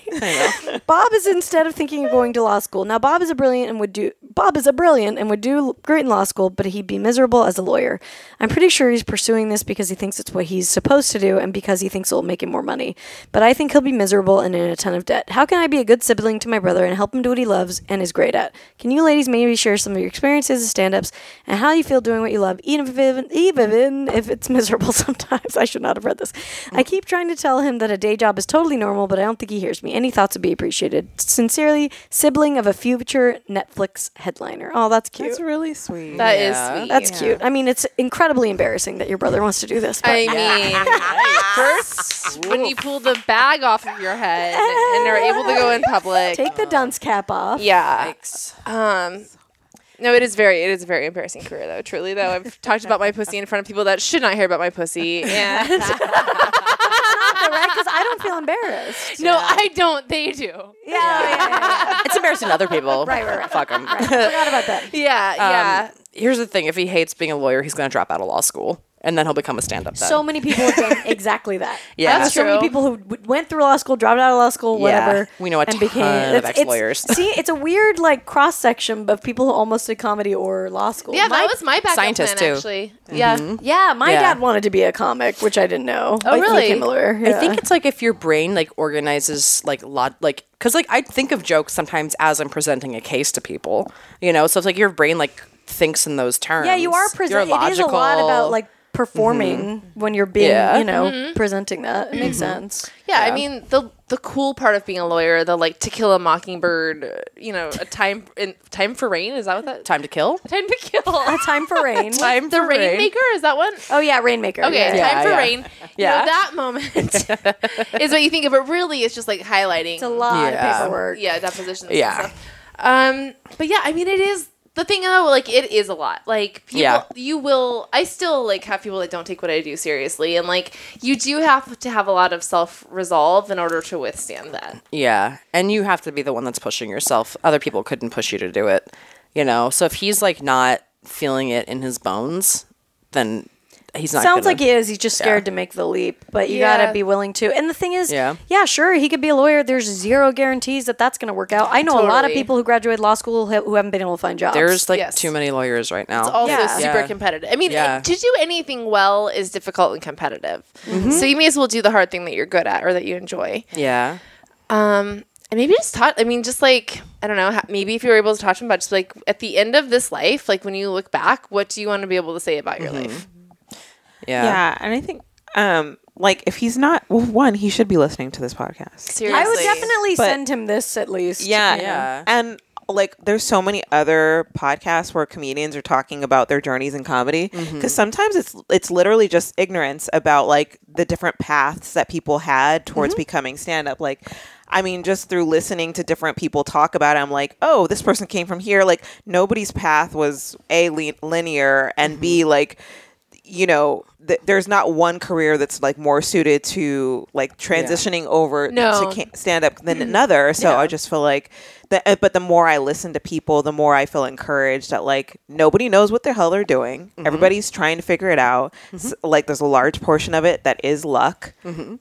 [SPEAKER 1] Bob is instead of thinking of going to law school. Now Bob is a brilliant and would do Bob is a brilliant and would do great in law school, but he'd be miserable as a lawyer. I'm pretty sure he's pursuing this because he thinks it's what he's supposed to do and because he thinks it'll make him more money. But I think he'll be miserable and in a ton of debt. How can I be a good sibling to my brother and help him do what he loves and is great at? Can you ladies maybe share some of your experiences as stand-ups and how you feel doing what you love, even if, even if it's miserable sometimes? I should not have read this. I keep trying to tell him that a day job is totally normal, but I don't think he hears me. Any thoughts would be appreciated. Sincerely, sibling of a future Netflix headliner. Oh, that's cute.
[SPEAKER 5] That's
[SPEAKER 1] That's,
[SPEAKER 5] really sweet.
[SPEAKER 3] That is sweet.
[SPEAKER 1] cute. I mean, it's incredibly embarrassing that your brother wants to do this. But
[SPEAKER 3] I mean, first when you pull the bag off of your head and are able to go in public.
[SPEAKER 1] take the dunce cap off.
[SPEAKER 3] yeah. Um, no, it is very, it is a very embarrassing career though. Truly though, I've talked about my pussy in front of people that should not hear about my pussy, and
[SPEAKER 1] because I don't feel embarrassed.
[SPEAKER 3] no, I don't. They do.
[SPEAKER 2] It's embarrassing to other people.
[SPEAKER 1] Right, right, right.
[SPEAKER 2] Fuck them.
[SPEAKER 1] Forgot about that.
[SPEAKER 3] Yeah,
[SPEAKER 2] Um,
[SPEAKER 3] yeah.
[SPEAKER 2] Here's the thing: if he hates being a lawyer, he's going to drop out of law school, and then he'll become a stand-up. Then.
[SPEAKER 1] So many people have done exactly that.
[SPEAKER 2] Yeah.
[SPEAKER 1] That's
[SPEAKER 2] That's
[SPEAKER 1] so many
[SPEAKER 3] true.
[SPEAKER 1] people who w- went through law school, dropped out of law school,
[SPEAKER 2] Yeah.
[SPEAKER 1] whatever.
[SPEAKER 2] We know a ton of
[SPEAKER 1] it's- it's-
[SPEAKER 2] ex-lawyers.
[SPEAKER 1] See, it's a weird like cross section of people who almost did comedy or law school.
[SPEAKER 3] Yeah,
[SPEAKER 1] my,
[SPEAKER 3] that was my backup
[SPEAKER 2] Scientist,
[SPEAKER 3] plan,
[SPEAKER 2] too. Mm-hmm.
[SPEAKER 3] actually. Yeah.
[SPEAKER 1] yeah, my
[SPEAKER 2] Yeah.
[SPEAKER 1] dad wanted to be a comic, which I didn't know. Oh, like,
[SPEAKER 3] really?
[SPEAKER 1] Became a lawyer.
[SPEAKER 2] I think it's like if your brain like organizes like lot like because like I think of jokes sometimes as I'm presenting a case to people, you know. So it's like your brain like thinks in those terms.
[SPEAKER 1] yeah, you are
[SPEAKER 2] You're
[SPEAKER 1] presenting. It is a lot
[SPEAKER 2] logical. Mm-hmm.
[SPEAKER 1] about like performing when you're being,
[SPEAKER 2] Yeah. Mm-hmm.
[SPEAKER 1] you know, presenting that. It makes sense.
[SPEAKER 3] Mm-hmm. Yeah, I mean the the cool part of being a lawyer, the like To Kill a Mockingbird, uh, you know, a time in Time for Rain is that what that
[SPEAKER 2] time to kill.
[SPEAKER 3] Time to Kill?
[SPEAKER 1] A time for rain.
[SPEAKER 2] Time
[SPEAKER 3] the
[SPEAKER 2] for rain.
[SPEAKER 3] Rainmaker is that one?
[SPEAKER 1] oh yeah, rainmaker.
[SPEAKER 3] Okay,
[SPEAKER 1] yeah.
[SPEAKER 3] Time for
[SPEAKER 2] yeah.
[SPEAKER 3] Rain.
[SPEAKER 2] Yeah.
[SPEAKER 3] you know, that moment is what you think of, but really it's just like highlighting.
[SPEAKER 1] It's a lot
[SPEAKER 2] Yeah.
[SPEAKER 1] of paperwork.
[SPEAKER 3] yeah depositions and
[SPEAKER 2] Yeah.
[SPEAKER 3] stuff. um but yeah i mean it is the thing though like it is a lot like people
[SPEAKER 2] Yeah.
[SPEAKER 3] you will i still like have people that don't take what i do seriously and like you do have to have a lot of self resolve in order to withstand that
[SPEAKER 2] Yeah, and you have to be the one that's pushing yourself. Other people couldn't push you to do it, you know. So if he's like not feeling it in his bones, then he's not.
[SPEAKER 1] Sounds
[SPEAKER 2] gonna-
[SPEAKER 1] like he is. He's just scared to make the leap, but you
[SPEAKER 3] Yeah.
[SPEAKER 1] gotta be willing to. And the thing is,
[SPEAKER 2] Yeah.
[SPEAKER 1] sure, he could be a lawyer. There's zero guarantees that that's gonna work out. I know a lot of
[SPEAKER 3] Totally.
[SPEAKER 1] people who graduated law school who who haven't been able to find jobs.
[SPEAKER 2] There's like
[SPEAKER 3] Yes.
[SPEAKER 2] too many lawyers right now.
[SPEAKER 3] also
[SPEAKER 1] Yeah.
[SPEAKER 3] super
[SPEAKER 2] Yeah.
[SPEAKER 3] competitive. I mean,
[SPEAKER 2] Yeah.
[SPEAKER 3] eh, to do anything well is difficult and competitive.
[SPEAKER 1] Mm-hmm.
[SPEAKER 3] So you may as well do the hard thing that you're good at or that you enjoy.
[SPEAKER 2] yeah.
[SPEAKER 3] Um, and maybe just talk. I mean, just like I don't know. ha- Maybe if you were able to talk to him about just like at the end of this life, like when you look back, what do you want to be able to say about your
[SPEAKER 2] Mm-hmm.
[SPEAKER 3] life?
[SPEAKER 2] Yeah.
[SPEAKER 5] yeah, and I think um like if he's not well, one, he should be listening to this podcast.
[SPEAKER 3] Seriously,
[SPEAKER 1] I would definitely
[SPEAKER 5] But-
[SPEAKER 1] send him this at least.
[SPEAKER 5] Yeah.
[SPEAKER 2] Yeah.
[SPEAKER 5] And like there's so many other podcasts where comedians are talking about their journeys in comedy because sometimes it's it's literally just ignorance about like the different paths that people had towards becoming stand up like I mean just through listening to different people talk about it I'm like oh this person came from here like nobody's path was a li- linear and b like you know th- there's not one career that's like more suited to like transitioning over
[SPEAKER 3] No.
[SPEAKER 5] to ca- stand up than another. So I just feel like the uh, but the more I listen to people, the more I feel encouraged that like nobody knows what the hell they're doing. Everybody's trying to figure it out. S- like there's a large portion of it that is luck.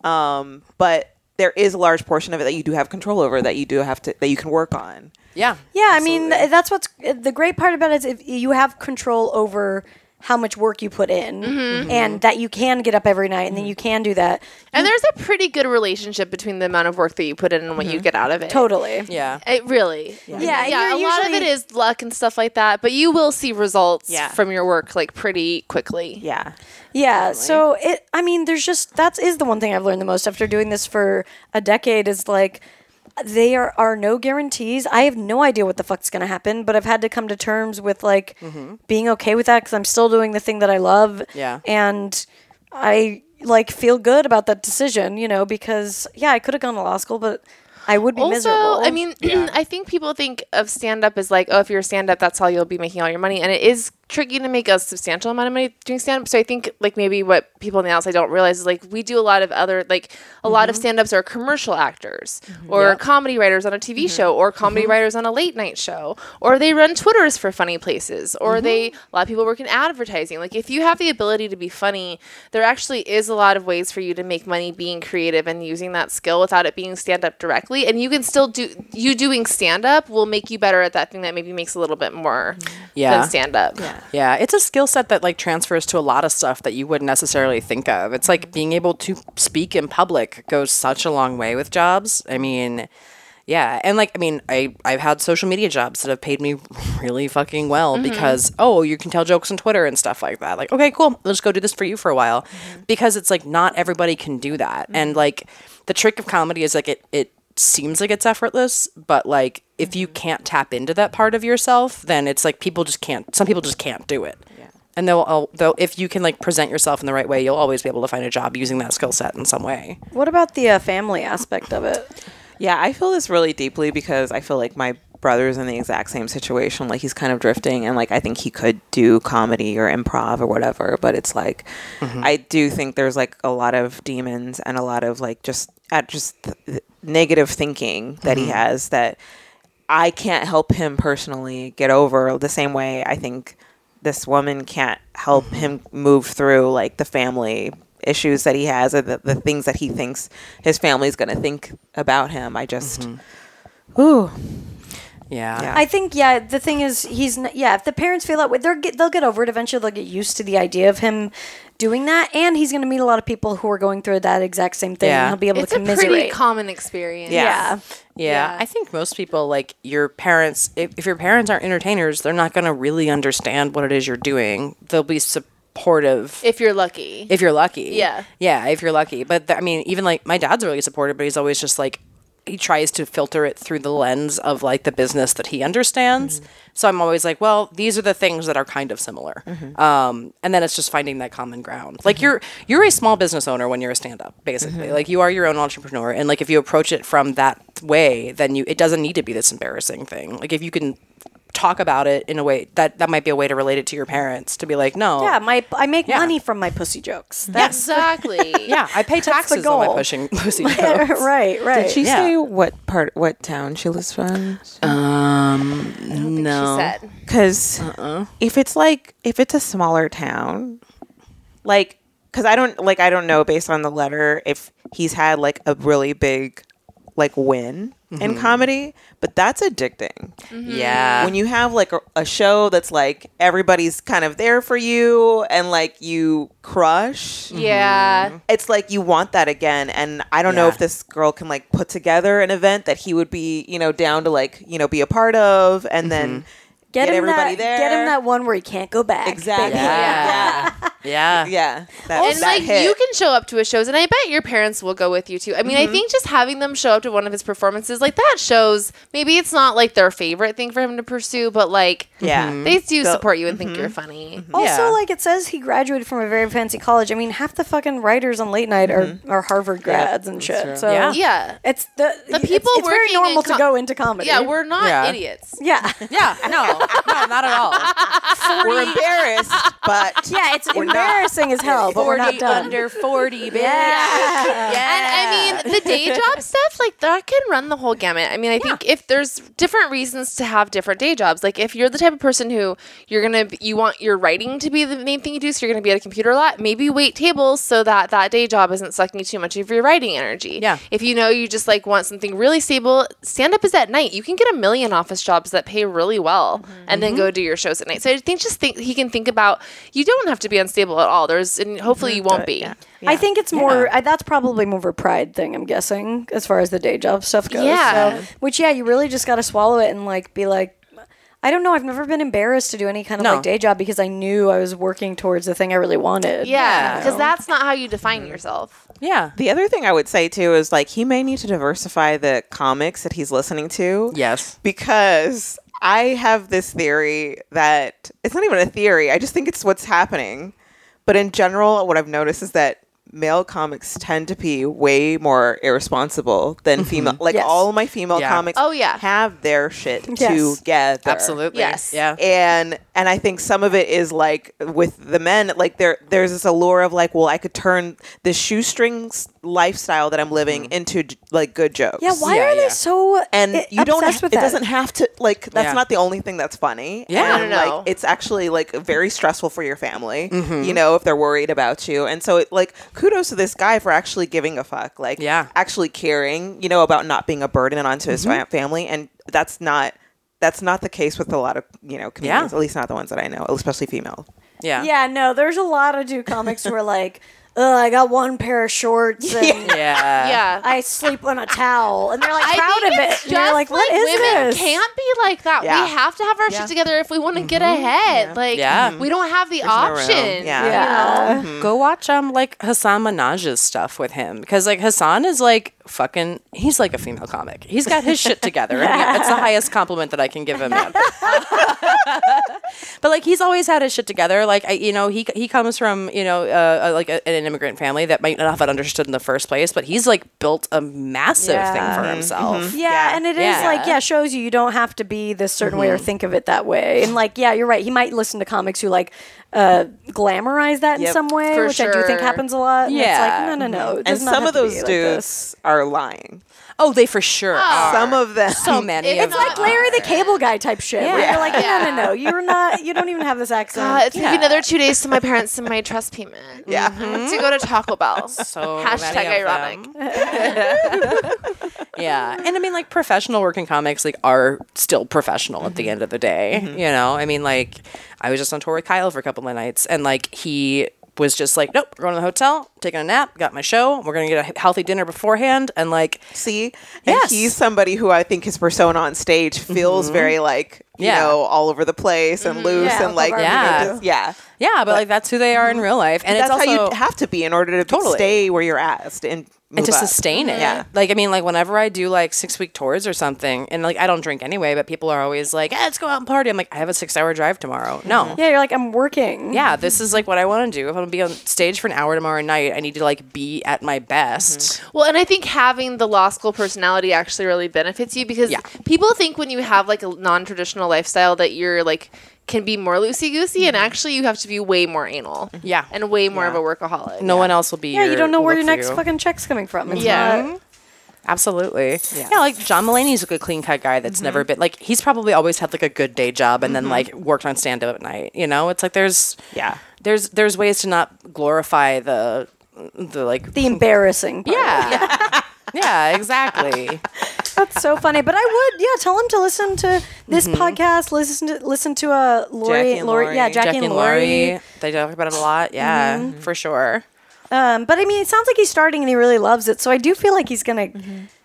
[SPEAKER 5] Um, but there is a large portion of it that you do have control over that you do have to that you can work on.
[SPEAKER 2] Yeah.
[SPEAKER 1] Yeah, I mean th- that's what's the great part about it is if you have control over how much work you put in
[SPEAKER 3] Mm-hmm.
[SPEAKER 1] and that you can get up every night and
[SPEAKER 2] Mm-hmm.
[SPEAKER 1] then you can do that.
[SPEAKER 3] And there's a pretty good relationship between the amount of work that you put in and what you get out of it.
[SPEAKER 1] Mm-hmm. Totally.
[SPEAKER 2] Yeah.
[SPEAKER 3] It really.
[SPEAKER 1] Yeah, and
[SPEAKER 3] Yeah. A
[SPEAKER 1] you're
[SPEAKER 3] lot of it
[SPEAKER 1] usually-
[SPEAKER 3] is luck and stuff like that, but you will see results
[SPEAKER 5] Yeah.
[SPEAKER 3] from your work like pretty quickly.
[SPEAKER 5] Yeah.
[SPEAKER 1] Yeah, so it I mean there's just that is the one thing I've learned the most after doing this for a decade is like there are no guarantees. I have no idea what the fuck's going to happen, but I've had to come to terms with like being okay with that cuz I'm still doing the thing that I love.
[SPEAKER 2] Yeah.
[SPEAKER 1] And I like feel good about that decision, you know, because yeah, I could have gone to law school, but I would be
[SPEAKER 3] also,
[SPEAKER 1] miserable.
[SPEAKER 3] I mean, I think people think of stand up as like, oh, if you're a stand up, that's how you'll be making all your money. And it is tricky to make a substantial amount of money doing stand up. So I think, like, maybe what people on the outside don't realize is like, we do a lot of other, like, a lot
[SPEAKER 1] Mm-hmm.
[SPEAKER 3] of stand ups are commercial actors or comedy writers on a TV
[SPEAKER 1] Mm-hmm.
[SPEAKER 3] show or comedy writers on a late night show or they run Twitters for funny places or they, a lot of people work in advertising. Like, if you have the ability to be funny, there actually is a lot of ways for you to make money being creative and using that skill without it being stand up directly. And you can still do you doing stand up will make you better at that thing that maybe makes a little bit more
[SPEAKER 2] Yeah.
[SPEAKER 3] than stand up. Yeah.
[SPEAKER 2] Yeah, it's a skill set that like transfers to a lot of stuff that you wouldn't necessarily think of. It's like being able to speak in public goes such a long way with jobs. I mean, yeah, and like I mean, I I've had social media jobs that have paid me really fucking well because oh, you can tell jokes on Twitter and stuff like that. Like, okay, cool, let's go do this for you for a while because it's like not everybody can do that. And like the trick of comedy is like it it seems like it's effortless, but like if you can't tap into that part of yourself, then it's like people just can't. Some people just can't do it. And they'll, al- though, if you can like present yourself in the right way, you'll always be able to find a job using that skill set in some way.
[SPEAKER 1] what about the uh, family aspect of it?
[SPEAKER 5] Yeah, I feel this really deeply because I feel like my brother's in the exact same situation. Like he's kind of drifting, and like I think he could do comedy or improv or whatever, but it's like I do think there's like a lot of demons and a lot of like just at just th- th- negative thinking that he has that I can't help him personally get over the same way I think this woman can't help him move through like the family issues that he has or the, the things that he thinks his family's going to think about him. I just, ooh,
[SPEAKER 2] Yeah.
[SPEAKER 5] Yeah.
[SPEAKER 1] I think yeah. The thing is, he's n- yeah. If the parents feel that way, they're get, they'll get over it eventually. They'll get used to the idea of him doing that, and he's going to meet a lot of people who are going through that exact same thing.
[SPEAKER 2] Yeah.
[SPEAKER 1] And he'll be able
[SPEAKER 3] It's
[SPEAKER 1] to
[SPEAKER 3] a pretty
[SPEAKER 1] commiserate.
[SPEAKER 3] common experience.
[SPEAKER 1] yeah.
[SPEAKER 2] Yeah,
[SPEAKER 3] Yeah.
[SPEAKER 2] I think most people like your parents. If, if your parents aren't entertainers, they're not going to really understand what it is you're doing. They'll be supportive if,
[SPEAKER 3] If you're lucky.
[SPEAKER 2] you're lucky.
[SPEAKER 3] Yeah.
[SPEAKER 2] yeah, if you're lucky. But th- I mean, even like my dad's really supportive, but he's always just like he tries to filter it through the lens of like the business that he understands. So I'm always like, well, these are the things that are kind of similar. Um, and then it's just finding that common ground. Like you're you're a small business owner when you're a stand up, basically. Like you are your own entrepreneur, and like if you approach it from that way, then you it doesn't need to be this embarrassing thing. Like if you can talk about it in a way that that might be a way to relate it to your parents to be like, no,
[SPEAKER 1] Yeah, my I make
[SPEAKER 2] Yeah.
[SPEAKER 1] money from my pussy jokes. That,
[SPEAKER 3] uh, Exactly.
[SPEAKER 2] yeah, I pay
[SPEAKER 1] That's the
[SPEAKER 2] taxes on my
[SPEAKER 1] goal.
[SPEAKER 2] pushing pussy jokes.
[SPEAKER 1] right, right.
[SPEAKER 5] Did she
[SPEAKER 2] Yeah.
[SPEAKER 5] say what part, what town she lives from?
[SPEAKER 2] Um, no.
[SPEAKER 3] She said.
[SPEAKER 5] Because if it's like, if it's a smaller town, like, because I don't, like, I don't know based on the letter if he's had like a really big, like, win in comedy, but that's addicting.
[SPEAKER 1] Mm-hmm.
[SPEAKER 2] Yeah.
[SPEAKER 5] when you have like a, a show that's like everybody's kind of there for you and like you crush
[SPEAKER 2] Mm-hmm.
[SPEAKER 3] Yeah.
[SPEAKER 5] it's like you want that again and i don't know
[SPEAKER 2] Yeah.
[SPEAKER 5] if this girl can like put together an event that he would be you know down to like you know be a part of
[SPEAKER 2] Mm-hmm.
[SPEAKER 5] and then get,
[SPEAKER 1] him
[SPEAKER 5] everybody
[SPEAKER 1] that,
[SPEAKER 5] there
[SPEAKER 1] Get him that one where he can't go back.
[SPEAKER 5] exactly
[SPEAKER 2] Yeah.
[SPEAKER 5] yeah
[SPEAKER 2] yeah.
[SPEAKER 5] yeah, That,
[SPEAKER 3] and
[SPEAKER 5] that
[SPEAKER 3] like
[SPEAKER 5] hit.
[SPEAKER 3] you can show up to his shows and i bet your parents will go with you too i mean
[SPEAKER 5] Mm-hmm.
[SPEAKER 3] i think just having them show up to one of his performances like that shows maybe it's not like their favorite thing for him to pursue but like
[SPEAKER 5] Yeah.
[SPEAKER 2] Mm-hmm.
[SPEAKER 5] mm-hmm.
[SPEAKER 3] they do support you and think you're funny Oh,
[SPEAKER 1] Also,
[SPEAKER 2] Yeah.
[SPEAKER 1] like it says, he graduated from a very fancy college. I mean, half the fucking writers on late night are, are Harvard grads and shit. So
[SPEAKER 2] Yeah.
[SPEAKER 3] yeah
[SPEAKER 1] it's the
[SPEAKER 3] The
[SPEAKER 1] it's-
[SPEAKER 3] people
[SPEAKER 1] It's, very
[SPEAKER 3] working in
[SPEAKER 1] normal to
[SPEAKER 3] com-
[SPEAKER 1] go into comedy.
[SPEAKER 3] yeah we're not
[SPEAKER 2] Yeah.
[SPEAKER 3] idiots
[SPEAKER 1] yeah.
[SPEAKER 2] Yeah. No. No, not at all.
[SPEAKER 5] we're embarrassed but
[SPEAKER 1] Yeah, it's embarrassing as hell, but we're not done.
[SPEAKER 2] under forty, bitch.
[SPEAKER 1] yeah.
[SPEAKER 3] And I mean, the day job stuff, like that can run the whole gamut. I mean, I think if there's different reasons to have different day jobs, like if you're the type of person who you're going to, you want your writing to be the main thing you do, so you're going to be at a computer a lot, maybe wait tables so that that day job isn't sucking too much of your writing energy.
[SPEAKER 2] Yeah.
[SPEAKER 3] If you know you just like want something really stable, stand up is at night. You can get a million office jobs that pay really well and then go do your shows at night. So I think just think he can think about, you don't have to be unstable at all. There's, and hopefully you won't be.
[SPEAKER 1] I think it's more. I, that's probably more of a pride thing. I'm guessing as far as the day job stuff goes.
[SPEAKER 3] Yeah.
[SPEAKER 1] So, which yeah, you really just got to swallow it and like be like. I don't know. I've never been embarrassed to do any kind of
[SPEAKER 2] No.
[SPEAKER 1] like day job because I knew I was working towards the thing I really wanted.
[SPEAKER 3] Yeah, because that's not how you
[SPEAKER 2] Mm-hmm.
[SPEAKER 3] define yourself.
[SPEAKER 2] Yeah.
[SPEAKER 5] the other thing i would say too is like he may need to diversify the comics that he's listening to
[SPEAKER 2] Yes.
[SPEAKER 5] because I have this theory that it's not even a theory. I just think it's what's happening. But in general, what I've noticed is that male comics tend to be way more irresponsible than female. Like
[SPEAKER 1] Mm-hmm. Yes.
[SPEAKER 5] all my female
[SPEAKER 2] Yeah.
[SPEAKER 5] comics
[SPEAKER 3] Oh, yeah.
[SPEAKER 5] have their shit
[SPEAKER 1] Yes.
[SPEAKER 5] together.
[SPEAKER 2] Absolutely.
[SPEAKER 3] Yes.
[SPEAKER 2] Yeah.
[SPEAKER 5] And and I think some of it is like with the men, like there there's this allure of like, well, I could turn the shoestrings lifestyle that I'm living into j- like good jokes.
[SPEAKER 1] Mm-hmm. Yeah, why
[SPEAKER 2] Yeah,
[SPEAKER 1] are
[SPEAKER 2] yeah.
[SPEAKER 1] they so
[SPEAKER 5] And
[SPEAKER 1] i-
[SPEAKER 5] you don't.
[SPEAKER 1] obsessed
[SPEAKER 5] ha-
[SPEAKER 1] with
[SPEAKER 5] it
[SPEAKER 1] that?
[SPEAKER 5] doesn't have to like. That's
[SPEAKER 2] Yeah.
[SPEAKER 5] not the only thing that's funny.
[SPEAKER 2] Yeah.
[SPEAKER 5] and,
[SPEAKER 3] No, no, no.
[SPEAKER 5] like it's actually like very stressful for your family.
[SPEAKER 2] Mm-hmm.
[SPEAKER 5] You know, if they're worried about you, and so it, like kudos to this guy for actually giving a fuck. Like,
[SPEAKER 2] Yeah. Mm-hmm.
[SPEAKER 5] actually caring. You know, about not being a burden onto his fa- family, and that's not that's not the case with a lot of you know comedians.
[SPEAKER 2] Yeah.
[SPEAKER 5] At least not the ones that I know, especially female.
[SPEAKER 2] Yeah.
[SPEAKER 1] Yeah, no, there's a lot of do comics who are like, Ugh, I got one pair of shorts and
[SPEAKER 2] Yeah.
[SPEAKER 3] yeah.
[SPEAKER 1] I sleep on a towel. And they're like
[SPEAKER 3] I
[SPEAKER 1] proud
[SPEAKER 3] think
[SPEAKER 1] of
[SPEAKER 3] it's
[SPEAKER 1] it. And you're like, what is
[SPEAKER 3] women
[SPEAKER 1] this?
[SPEAKER 3] can't be like that.
[SPEAKER 5] Yeah.
[SPEAKER 3] We have to have our
[SPEAKER 2] Yeah.
[SPEAKER 3] shit together if we want to get ahead. Like,
[SPEAKER 2] Yeah.
[SPEAKER 3] we don't have the
[SPEAKER 5] no room.
[SPEAKER 3] option.
[SPEAKER 5] Yeah.
[SPEAKER 1] yeah.
[SPEAKER 2] Go watch um like Hassan Minaj's stuff with him because like Hassan is like fucking he's like a female comic. He's got his shit together. I mean, it's the highest compliment that I can give him. man. but like he's always had his shit together. Like I, you know, he he comes from you know uh, uh, like a, an immigrant family that might not have understood in the first place, but he's like built a massive thing for himself.
[SPEAKER 1] Yeah, Mm-hmm. and it is
[SPEAKER 2] Yeah.
[SPEAKER 1] like yeah, shows you you don't have to be this certain way or think of it that way. And like yeah, you're right. He might listen to comics who like uh, glamorize that in
[SPEAKER 5] Yep.
[SPEAKER 1] some way,
[SPEAKER 3] For
[SPEAKER 1] which I do think
[SPEAKER 3] sure.
[SPEAKER 1] happens a lot. And
[SPEAKER 2] Yeah.
[SPEAKER 1] it's like no, no, no. it
[SPEAKER 5] And
[SPEAKER 1] does not
[SPEAKER 5] some
[SPEAKER 1] have
[SPEAKER 5] of
[SPEAKER 1] to be
[SPEAKER 5] those
[SPEAKER 1] like this.
[SPEAKER 5] dudes are lying.
[SPEAKER 2] Oh, they for sure. Are.
[SPEAKER 5] Some of them.
[SPEAKER 2] so many.
[SPEAKER 3] It's
[SPEAKER 2] of them
[SPEAKER 1] Like Larry the Cable Guy type shit. Yeah. Where
[SPEAKER 2] Yeah.
[SPEAKER 1] you're like, no,
[SPEAKER 3] Yeah.
[SPEAKER 1] no, no, you're not. You don't even have this accent.
[SPEAKER 3] Uh, it's gonna
[SPEAKER 2] Yeah. Mm-hmm.
[SPEAKER 3] be another two days to my parents and my trust payment.
[SPEAKER 5] Yeah.
[SPEAKER 3] I have to go to Taco Bell.
[SPEAKER 2] so
[SPEAKER 3] Hashtag
[SPEAKER 2] many of
[SPEAKER 3] ironic.
[SPEAKER 2] them. yeah, and I mean, like professional working comics, like are still professional at the end of the day. You know, I mean, like I was just on tour with Kyle for a couple of nights, and like he was just like, nope, we're going to the hotel, taking a nap, got my show, we're gonna get a healthy dinner beforehand, and like,
[SPEAKER 5] See, and
[SPEAKER 2] Yes. Mm-hmm.
[SPEAKER 5] he's somebody who I think his persona on stage feels very like you
[SPEAKER 2] Yeah.
[SPEAKER 5] know all over the place and loose
[SPEAKER 1] Yeah,
[SPEAKER 5] and like
[SPEAKER 1] Uncle
[SPEAKER 5] you know,
[SPEAKER 2] Barbie.
[SPEAKER 5] just- yeah.
[SPEAKER 2] yeah, but, like that's who they are in real life, and
[SPEAKER 5] That's
[SPEAKER 2] it's also
[SPEAKER 5] how you have to be in order to
[SPEAKER 2] Totally.
[SPEAKER 5] stay where you're at st- and move
[SPEAKER 2] and to
[SPEAKER 5] up. Mm-hmm.
[SPEAKER 2] sustain it.
[SPEAKER 5] Yeah.
[SPEAKER 2] Like I mean, like whenever I do like six week tours or something, and like I don't drink anyway, but people are always like, eh, "Let's go out and party." I'm like, I have a six hour drive tomorrow. No.
[SPEAKER 1] yeah, you're like, I'm working.
[SPEAKER 2] yeah, this is like what I want to do. If I'm gonna be on stage for an hour tomorrow night, I need to like be at my best.
[SPEAKER 1] Mm-hmm.
[SPEAKER 3] Well, and I think having the law school personality actually really benefits you because
[SPEAKER 2] Yeah.
[SPEAKER 3] people think when you have like a non traditional lifestyle that you're like can be more loosey goosey, and actually you have to be way more anal.
[SPEAKER 2] Mm-hmm. Yeah.
[SPEAKER 3] And way more of a workaholic.
[SPEAKER 2] No one else will be.
[SPEAKER 1] Yeah, you
[SPEAKER 2] your-
[SPEAKER 1] don't know
[SPEAKER 2] will
[SPEAKER 1] where
[SPEAKER 2] look
[SPEAKER 1] your
[SPEAKER 2] for
[SPEAKER 1] next
[SPEAKER 2] you.
[SPEAKER 1] fucking check's coming from. It's
[SPEAKER 3] Yeah.
[SPEAKER 1] not-
[SPEAKER 2] Absolutely. Yeah. like John Mulaney's a good clean cut guy that's never
[SPEAKER 1] Mm-hmm.
[SPEAKER 2] been like he's probably always had like a good day job and then like worked on stand up at night. You know, it's like there's
[SPEAKER 5] Yeah.
[SPEAKER 2] there's there's ways to not glorify the the like
[SPEAKER 1] the embarrassing. Part.
[SPEAKER 2] yeah. Yeah, exactly.
[SPEAKER 1] That's so funny. But I would, yeah, tell him to listen to this
[SPEAKER 3] Mm-hmm.
[SPEAKER 1] podcast. Listen to listen to uh, Lori,
[SPEAKER 5] Jackie and
[SPEAKER 1] Lori, yeah,
[SPEAKER 5] Lori.
[SPEAKER 1] Jackie, and Lori. Mm-hmm.
[SPEAKER 2] They talk about it a lot. Yeah, for sure.
[SPEAKER 1] Um, but I mean, it sounds like he's starting and he really loves it. So I do feel like he's gonna.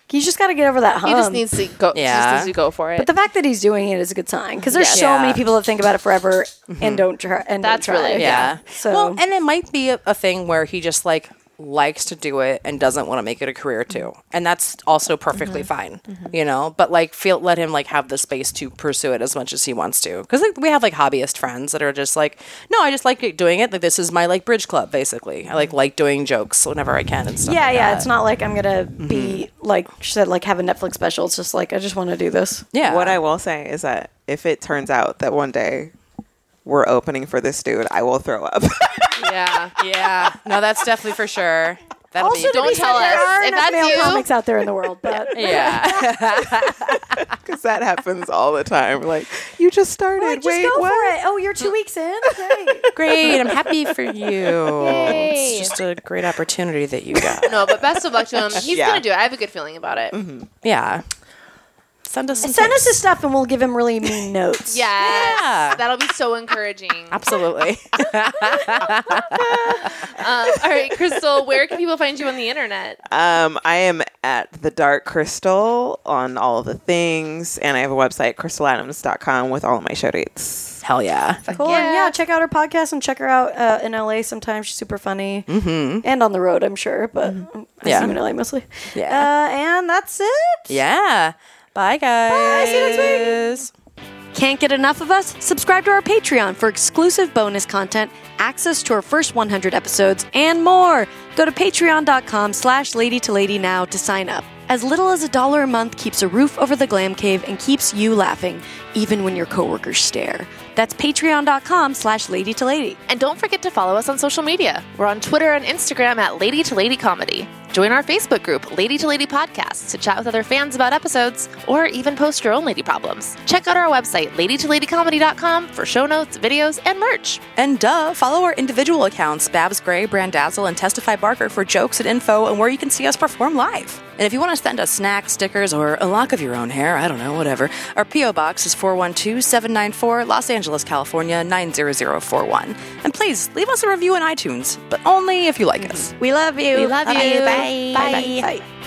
[SPEAKER 1] He's just got to get over that hump.
[SPEAKER 3] Mm-hmm. He just needs to go. Um, Yeah.
[SPEAKER 2] Yeah.
[SPEAKER 3] Just needs to go for it.
[SPEAKER 1] But the fact that he's doing it is a good sign because there's
[SPEAKER 2] Yes.
[SPEAKER 1] so
[SPEAKER 2] Yeah.
[SPEAKER 1] many people that think about it forever and don't try. And
[SPEAKER 3] Mm-hmm. That's
[SPEAKER 1] don't try.
[SPEAKER 3] really-
[SPEAKER 2] Yeah.
[SPEAKER 1] So
[SPEAKER 2] well, and it might be a, a thing where he just like likes to do it and doesn't want to make it a career too, and that's also perfectly fine, you know. But like, feel let him like have the space to pursue it as much as he wants to, because like we have like hobbyist friends that are just like, no, I just like it- doing it. Like this is my like bridge club basically. I like like doing jokes whenever I can and stuff.
[SPEAKER 3] Oh
[SPEAKER 1] yeah,
[SPEAKER 2] like
[SPEAKER 1] yeah.
[SPEAKER 2] that.
[SPEAKER 1] It's not like I'm gonna be
[SPEAKER 3] Mm-hmm.
[SPEAKER 1] like she said, like have a Netflix special. It's just like I just want to do this.
[SPEAKER 2] yeah.
[SPEAKER 5] What I will say is that if it turns out that one day we're opening for this dude, I will throw up.
[SPEAKER 3] yeah.
[SPEAKER 2] yeah, no, that's definitely for sure. That'll
[SPEAKER 1] Also, to
[SPEAKER 2] be,
[SPEAKER 1] be
[SPEAKER 3] don't
[SPEAKER 1] said,
[SPEAKER 3] tell
[SPEAKER 1] there
[SPEAKER 3] us.
[SPEAKER 1] are
[SPEAKER 3] If
[SPEAKER 1] enough
[SPEAKER 3] that's
[SPEAKER 1] male
[SPEAKER 3] you-
[SPEAKER 1] comics out there in the world, but
[SPEAKER 2] yeah.
[SPEAKER 5] Because that happens all the time. Like, you just started.
[SPEAKER 1] Like, just
[SPEAKER 5] Wait,
[SPEAKER 1] go
[SPEAKER 5] what?
[SPEAKER 1] for it. Oh, you're two weeks in. Great.
[SPEAKER 2] great. I'm happy for you.
[SPEAKER 3] Yay.
[SPEAKER 2] It's just a great opportunity that you got.
[SPEAKER 3] No, but best of luck to him. He's
[SPEAKER 5] Yeah.
[SPEAKER 3] gonna do it. I have a good feeling about it.
[SPEAKER 2] Yeah. Send us some
[SPEAKER 1] Send us
[SPEAKER 2] pics.
[SPEAKER 1] his stuff and we'll give him really mean notes.
[SPEAKER 3] Yes.
[SPEAKER 2] Yeah.
[SPEAKER 3] That'll be so encouraging.
[SPEAKER 2] Absolutely.
[SPEAKER 3] Um, all right, Crystal, where can people find you on the internet?
[SPEAKER 5] Um, I am at the Dark Crystal on all of the things, and I have a website, crystaladams.com, with all of my show dates.
[SPEAKER 2] Hell yeah.
[SPEAKER 1] Cool. Yeah. And yeah, check out her podcast and check her out uh, in LA sometime. She's super funny. Mm-hmm. And on the road, I'm sure, but I
[SPEAKER 2] Yeah.
[SPEAKER 1] see him in LA mostly.
[SPEAKER 2] Yeah.
[SPEAKER 1] Uh, and that's it.
[SPEAKER 2] Yeah. Bye, guys.
[SPEAKER 1] see you next
[SPEAKER 2] week.
[SPEAKER 1] Can't get enough of us? Subscribe to our Patreon for exclusive bonus content, access to our first 100 episodes, and more. Go to patreon.com slash lady to lady now to sign up. As little as a dollar a month keeps a roof over the glam cave and keeps you laughing, even when your coworkers stare. That's patreon.com slash lady to lady.
[SPEAKER 3] And don't forget to follow us on social media. We're on Twitter and Instagram at Lady to Lady Comedy. Join our Facebook group, Lady to Lady Podcast, to chat with other fans about episodes or even post your own lady problems. Check out our website, ladytoladycomedy.com, for show notes, videos, and merch.
[SPEAKER 2] And duh, follow our individual accounts, Babs Gray, Brandazzle, and Testify Barker for jokes and info and where you can see us perform live. And if you want to send us snacks, stickers, or a lock of your own hair, I don't know, whatever, our P.O. Box is 412-794 Los Angeles, California, 90041. And please, leave us a review on iTunes, but only if you like us.
[SPEAKER 1] We love you.
[SPEAKER 3] We love you.
[SPEAKER 1] Bye.
[SPEAKER 3] Bye.
[SPEAKER 1] Bye.